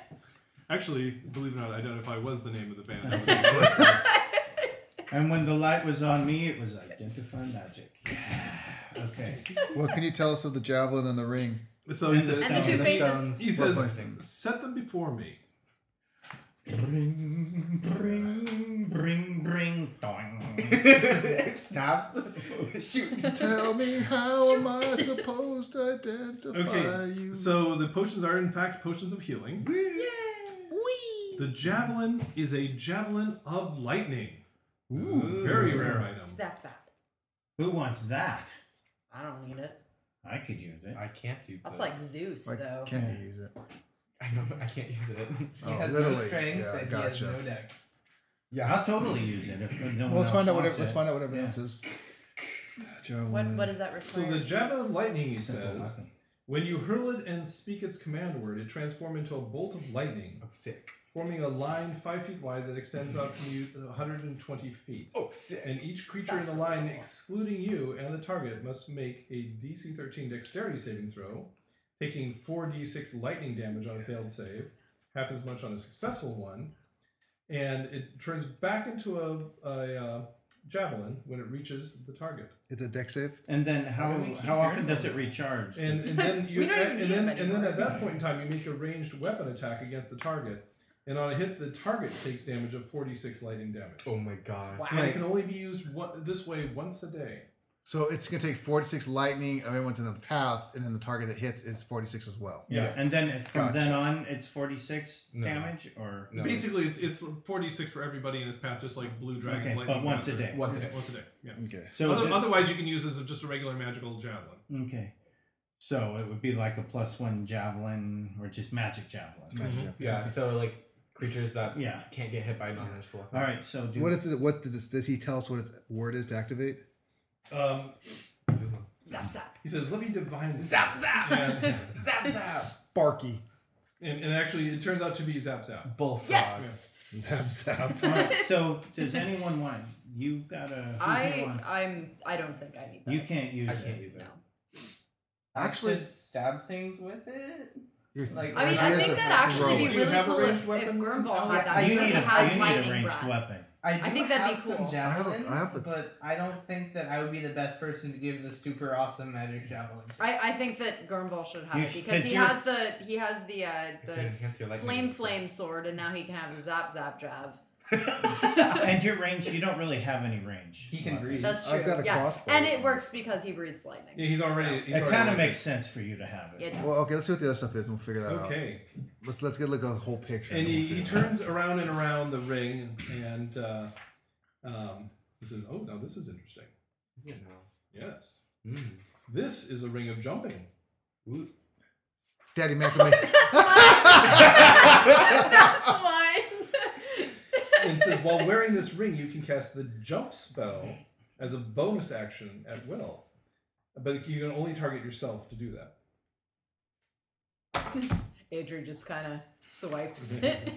Actually, believe it or not, identify was the name of the band. That was in the last one. And when the light was on me, it was identify magic. Okay. Well, can you tell us of the javelin and the ring? so he And the says, And the two Stones. faces. he What says, place? "Set them before me." Bring, bring, bring, bring, doing. Snaps. Shoot. Tell me how am I supposed to identify Okay, you? So the potions are in fact potions of healing. Whee! The javelin is a javelin of lightning. Very rare item. That's that. Who wants that? I don't need it. I could use it. I can't do That's that. like Zeus, Why though. can't you use it? I, don't, I can't use it. He Oh, has no literally. strength Yeah, and he has gotcha. no dex. Yeah, I'll totally use it if no one Well, let's else find out what wants let's it. find out what Yeah. everyone else is. Javelin. What, what does that require? So the javelin of lightning, he Simple says, weapon. when you hurl it and speak its command word, it transforms into a bolt of lightning, Oh, sick. forming a line five feet wide that extends out from you 120 feet. Oh, sick. And each creature in the line, excluding you and the target, must make a DC 13 dexterity saving throw, taking 4d6 lightning damage on a failed save, half as much on a successful one, and it turns back into a, a uh, javelin when it reaches the target. It's a deck save. And then Why how do we keep how often hearing does it about recharge? And, and then you We don't even and need then, them and then at anymore. that point in time you make a ranged weapon attack against the target. And on a hit, the target takes damage of 46 lightning damage. Oh my god. Wow. And it can only be used one, this way once a day. So it's going to take 46 lightning of everyone's in the path, and then the target that hits is 46 as well. Yeah. Yeah. And then if from Gotcha. then on, it's 46 No. damage or No. Basically, it's it's 46 for everybody in his path, just like blue dragons. Okay, lightning but rounds once a are- day. Once a day. Once a day. Yeah. Okay. so Other- the- otherwise, you can use this as just a regular magical javelin. okay. So it would be like a plus one javelin or just magic javelin. Yeah, so like creatures that Yeah. can't get hit by non-magical All weapons. right. So do What is it? What does, this, does he tell us what its word is to activate? Um, Zap zap. he says, "Let me divine this." Zap zap! Yeah. Zap Oh. zap! Sparky. and, and actually, it turns out to be zap zap. bullfrog. Yes. Zap zap. All right. So does anyone want? You gotta. I I'm I don't think I need that. You can't use I can't it. use No. it. Actually, just stab things with it. your Like- I mean, I ideas think of that actually throwing. would Do be you really have a cool if, ranged if weapon? Grimval Yeah, had that I because You think need he a, has you need lightning a ranged breath. weapon. I, do I think that'd have be some cool. I have a- javelins, I have a- but I don't think that I would be the best person to give the super awesome magic javelin. to. I, I think that Grimval should have You it should- because 'cause he you're- has the he has the uh, It can the enhance your lightning flame as well. flame sword and now he can have the zap zap jab. and your range, you don't really have any range. He can left. breathe. That's true. I've got a yeah. crossbow. And it works because he breathes lightning. Yeah, he's already. So- he's It already kind of like- makes sense for you to have it. Yeah, it does. Well, okay, let's see what the other stuff is, and we'll figure that out. Okay. Let's let's get like a whole picture. And then he, we'll he figure it out. turns around and around the ring and uh, um, he says, Oh, now this is interesting. Yeah, Yes. no. Mm. This is a ring of jumping. Daddy Macamay. That's why. And says, While wearing this ring, you can cast the jump spell as a bonus action at will. But you can only target yourself to do that. Adrian just kind of swipes it.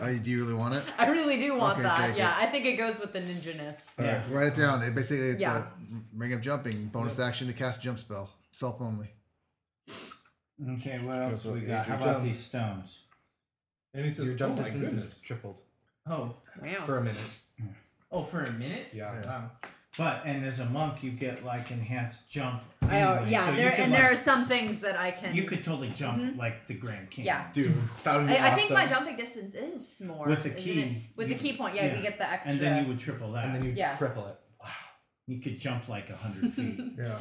Oh, do you really want it? I really do want Okay, that. take Yeah, I think it goes with the ninja-ness. All right, Yeah. write it down. It basically it's Yeah. a ring of jumping bonus action to cast jump spell, self only. Okay, what else so we eight got? How your about jump. these stones? And he says, Your jump Oh my distance goodness. is tripled Oh, Wow. for a minute. Oh, for a minute? Yeah. Wow. but and as a monk, you get like enhanced jump. Oh anyway, yeah, so you there could, and like, there are some things that I can. You could totally jump like the Grand King. Yeah. Dude, that would be I, I awesome. think my jumping distance is more With the isn't key, it? With you- the key point, yeah, yeah. we get the extra. And then you would triple that. and then you Yeah. triple it. you could jump like a hundred feet. Yeah.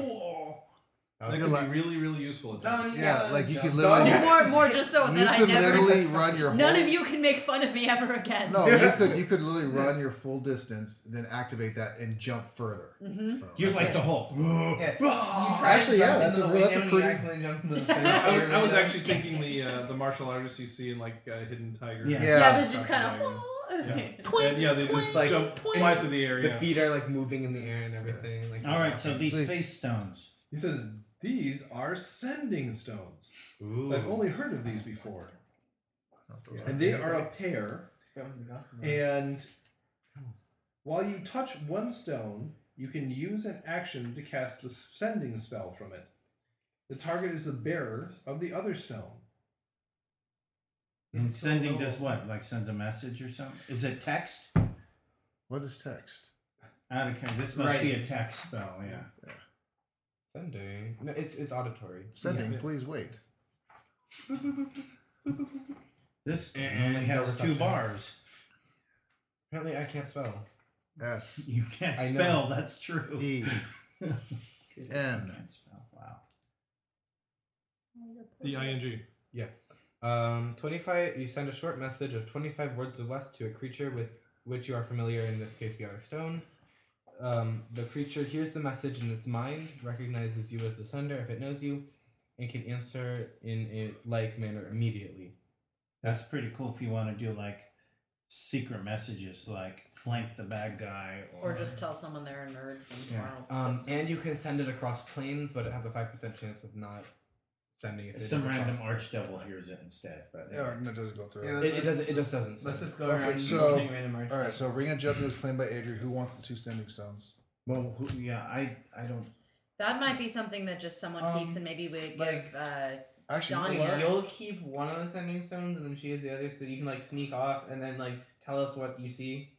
That That would could be- be really, really useful. at times. Yeah, like you could jump. literally Oh, more, more, just so you that I could never. literally run your None whole, of you can make fun of me ever again. No, you could you could literally run your full distance, then activate that and jump further. Mhm. So You're that's like it. the Hulk. Yeah. Ah. You try Actually, to jump into yeah, that's a- the that's a window and pretty- You accidentally jump into the I was, third I was floor. actually thinking the uh, the martial arts you see in like uh, Hidden Tiger. Yeah. Yeah. Yeah, but just kind Dragon of. Dragon. Oh, And yeah, they just like jump, fly through the air. The yeah. feet are like moving in the air and everything. Like All right, so these See. face stones. He says these are sending stones. Ooh. I've only heard of these before, and they are a pair. And while you touch one stone, you can use an action to cast the sending spell from it. The target is the bearer of the other stone. And sending does what? Like sends a message or something? Is it text? What is text? I don't care. This must be a text spell, yeah. Sending. No, it's it's auditory. Sending, please wait. This And only has no two reception. bars. Apparently, I can't spell. S You can't I know. spell, that's true. E You N. can't spell. Wow. The ing. Um, twenty-five. You send a short message of twenty-five words or less to a creature with which you are familiar. In this case, the other stone. Um, the creature hears the message in its mind, recognizes you as the sender if it knows you, and can answer in a like manner immediately. That's pretty cool if you want to do like secret messages like flank the bad guy or, Or just tell someone they're a nerd from Yeah. tomorrow. Um, and you can send it across planes, but it has a five percent chance of not sending it. some across random planes. archdevil hears it instead. But Yeah, no, it doesn't go through. Yeah. It, it doesn't. It just doesn't. Let's send it. just go Okay, around. so- looking random All right, so Ring of Jumping was played by Adrian. Who wants the two sending stones? well, who, yeah, I I don't. That might be something that just someone Um, keeps, and maybe we like- give. Uh, Actually, you know Donnie. what? You'll, you'll keep one of the sending stones, and then she has the other, so you can like sneak off and then like tell us what you see.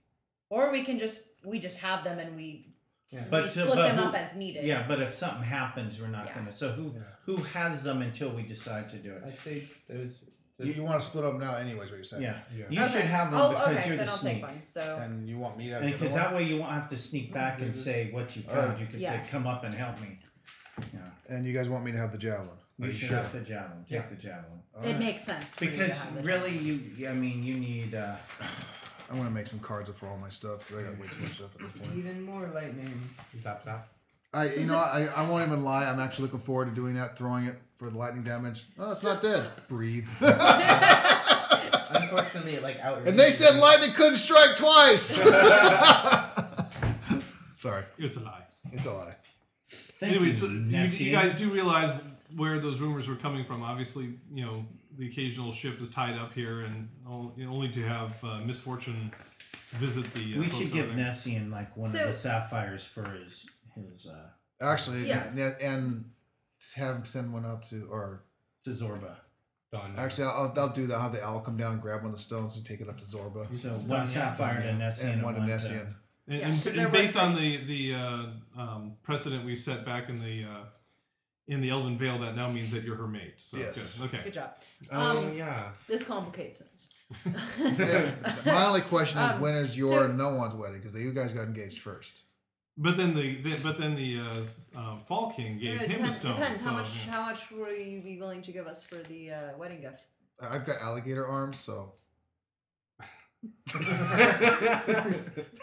or we can just we just have them and we, Yeah. we But, uh, split but them who- up as needed. Yeah, but if something happens, we're not Yeah. gonna. So who Yeah. who has them until we decide to do it? I'd say those You, you want to split up now, anyways. What you're saying? Yeah. Yeah. You should have one Oh, because okay, you're then the I'll sneak. take one. So And you want me to have And the because other that way you won't have to sneak back and say what you found. You can say, Yeah. "Come up and help me." Yeah. one? And you guys want me to have the javelin? You, Are should sure? have the javelin. Take Yeah. the javelin. All it right. makes sense. for you to Because have it. really, you. I mean, you need. Uh, I'm gonna make some cards up for all my stuff. 'cause I got way too much stuff at this point. Even more lightning. Zap zap. I, you know, I, I won't even lie. I'm actually looking forward to doing that, throwing it for the lightning damage. Oh, it's not dead. Breathe. Unfortunately, it like out. and they said lightning couldn't strike twice. Sorry, It's a lie. it's a lie. thank Anyways, you, you, you, Nessie. guys do realize where those rumors were coming from. Obviously, you know the occasional ship is tied up here, and all, you know, only to have uh, misfortune visit the. Uh, we folks should over give there. Nessie and like one So- of the sapphires for his his uh, Actually, Yeah. and- and have him send one up to, or to Zorba. Done. actually, I'll, I'll do that. Have the owl come down, grab one of the stones, and take it up to Zorba So one sapphire to Nessie and, and one to one to- Nessian. And, Yeah, and- 'cause and there were based on the the uh, um, precedent we set back in the uh, in the Elven Vale, that now means that you're her mate. So Yes. good. Okay. Good job. oh Um, yeah. This complicates things. And My only question is, Um, when is your so- and no one's wedding? Because you guys got engaged first. But then the, the but then the uh, s- uh, Fall King No, gave no, him a depends. stone. depends. so, how much? yeah. How much will you be willing to give us for the uh, wedding gift? I- I've got alligator arms, so they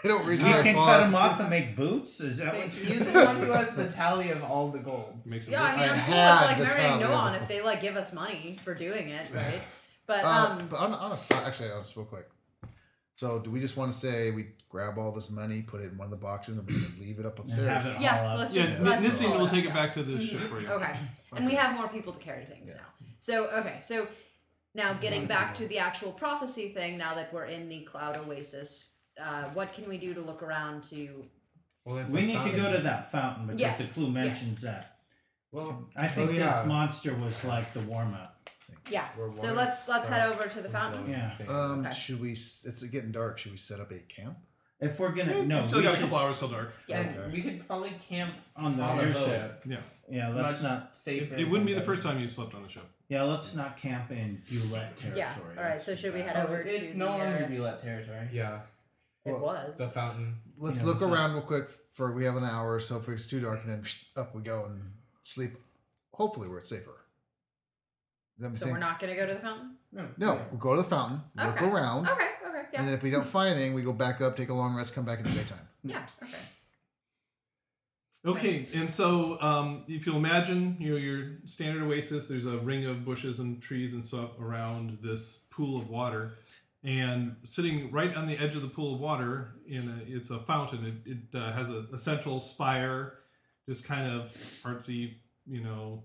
don't reach You very can cut Uh, him far. off and make boots. Is that what you He's the one who has the tally of all the gold. Makes it Yeah, I work. mean, I I'm cool had with like the marrying talent. Noan if they like give us money for doing it, right? But Uh, um, but on, on a side, actually, I'll just real quick. So, do we just want to say we grab all this money, put it in one of the boxes, and we can leave it up And have upstairs? it Yeah, all up. let's Yeah, just- N- let's Nissim roll will it take up, it back to the Mhm. ship for you. Okay. And we have more people to carry things now. So, okay, so now getting back to the actual prophecy thing, now that we're in the cloud oasis, uh, what can we do to look around to. Well, it's We a need to fountain. go to that fountain because Yes, the clue yes. mentions that. Well, I think oh, yeah. this monster was like the warm up. Yeah. We're So water- let's let's head uh, over to the fountain. Yeah. Um, Okay. should we? s- It's getting dark. Should we set up a camp? If we're gonna no, You still we got a should couple s- hours till dark. And Okay. we could probably camp on the on a airship. boat. Yeah. Yeah, let's Much not. safer. It wouldn't be the than first time you slept on the ship. Yeah, let's not camp in Bulette territory. Yeah, all right, Let's so do should we that. head Oh, over to. it's the, no longer uh, roulette territory. Yeah, It Well, was. the fountain. Let's Yeah, look we can. around real quick for we have an hour, so if it's too dark, and then up we go and sleep. Hopefully, where it's safer. You know what I'm so saying? we're not going to go to the fountain? no, we'll go to the fountain, look Okay. around, Okay, okay, and yeah. then if we don't find anything, we go back up, take a long rest, come back in the daytime. Yeah, okay. Okay, and so um, if you imagine, you know, your standard oasis, there's a ring of bushes and trees and stuff around this pool of water, and sitting right on the edge of the pool of water, in a, it's a fountain. It, it uh, has a, a central spire, just kind of artsy, you know.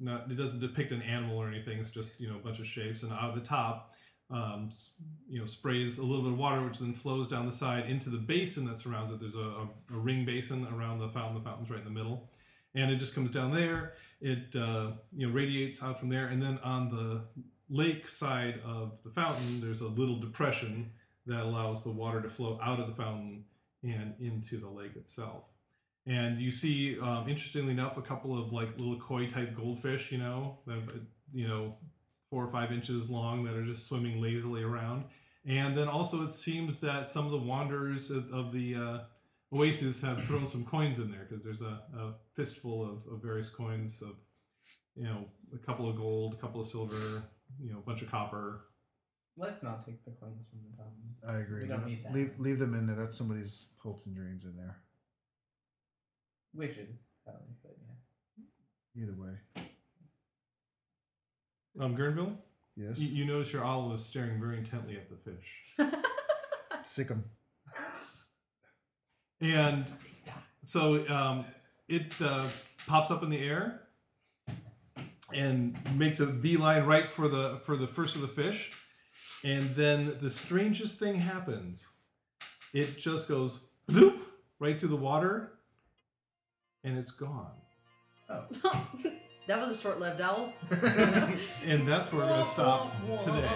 Not it doesn't depict an animal or anything. It's just you know a bunch of shapes, and out of the top, um, s- you know, sprays a little bit of water, which then flows down the side into the basin that surrounds it. There's a, a, a ring basin around the fountain. The fountain's right in the middle, and it just comes down there. It uh, you know radiates out from there, and then on the lake side of the fountain, there's a little depression that allows the water to flow out of the fountain and into the lake itself. And you see, um, interestingly enough, a couple of like little koi type goldfish, you know, that, you know, four or five inches long that are just swimming lazily around. And then also, it seems that some of the wanderers of, of the uh, oasis have thrown some coins in there because there's a, a fistful of, of various coins of, you know, a couple of gold, a couple of silver, you know, a bunch of copper. Let's not take the coins from the fountain. I agree. We don't need that. Leave, leave them in there. That's somebody's hopes and dreams in there. Which is probably, but yeah. Either way. Um, Gurnville, Yes. you, you notice your owl is staring very intently at the fish. Sick 'em. And so um, it uh, pops up in the air and makes a beeline right for the for the first of the fish, and then the strangest thing happens. It just goes bloop right through the water, and it's gone. that was a short lived owl. And that's where we're going to stop today.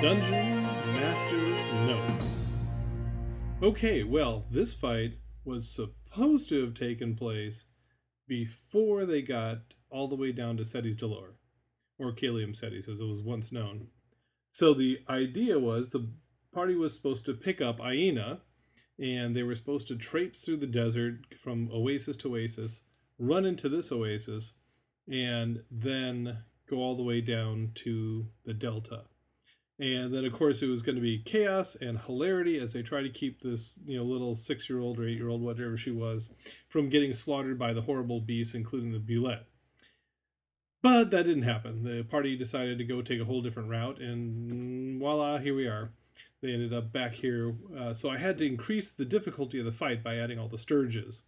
Dungeon Master's Notes. Okay, well, this fight was supposed to have taken place before they got all the way down to Seti's Dolor, or Calium Setis as it was once known. So the idea was the party was supposed to pick up Aina, and they were supposed to traipse through the desert from oasis to oasis, run into this oasis, and then go all the way down to the delta. And then, of course, it was going to be chaos and hilarity as they try to keep this, you know, little six-year-old or eight-year-old, whatever she was, from getting slaughtered by the horrible beasts, including the Bulette. But that didn't happen. The party decided to go take a whole different route, and voila, here we are. They ended up back here. Uh, so I had to increase the difficulty of the fight by adding all the Sturges,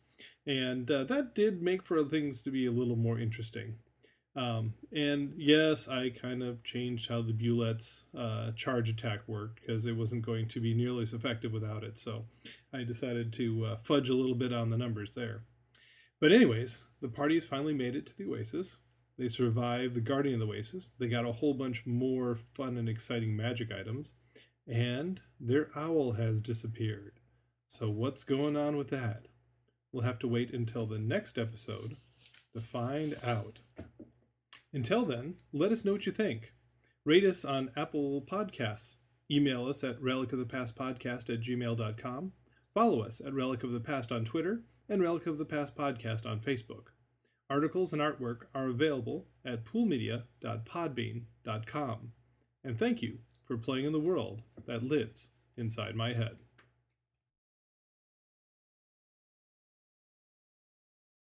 and uh, that did make for things to be a little more interesting. Um, and yes, I kind of changed how the Bulette's uh, charge attack worked because it wasn't going to be nearly as effective without it. So I decided to uh, fudge a little bit on the numbers there. But, anyways, the party has finally made it to the Oasis. They survived the Guardian of the Oasis. They got a whole bunch more fun and exciting magic items. And their owl has disappeared. So, what's going on with that? We'll have to wait until the next episode to find out. Until then, let us know what you think. Rate us on Apple Podcasts. Email us at relicofthepastpodcast at gmail.com. Follow us at Relic of the Past on Twitter and Relic of the Past Podcast on Facebook. Articles and artwork are available at poolmedia.podbean.com. And thank you for playing in the world that lives inside my head.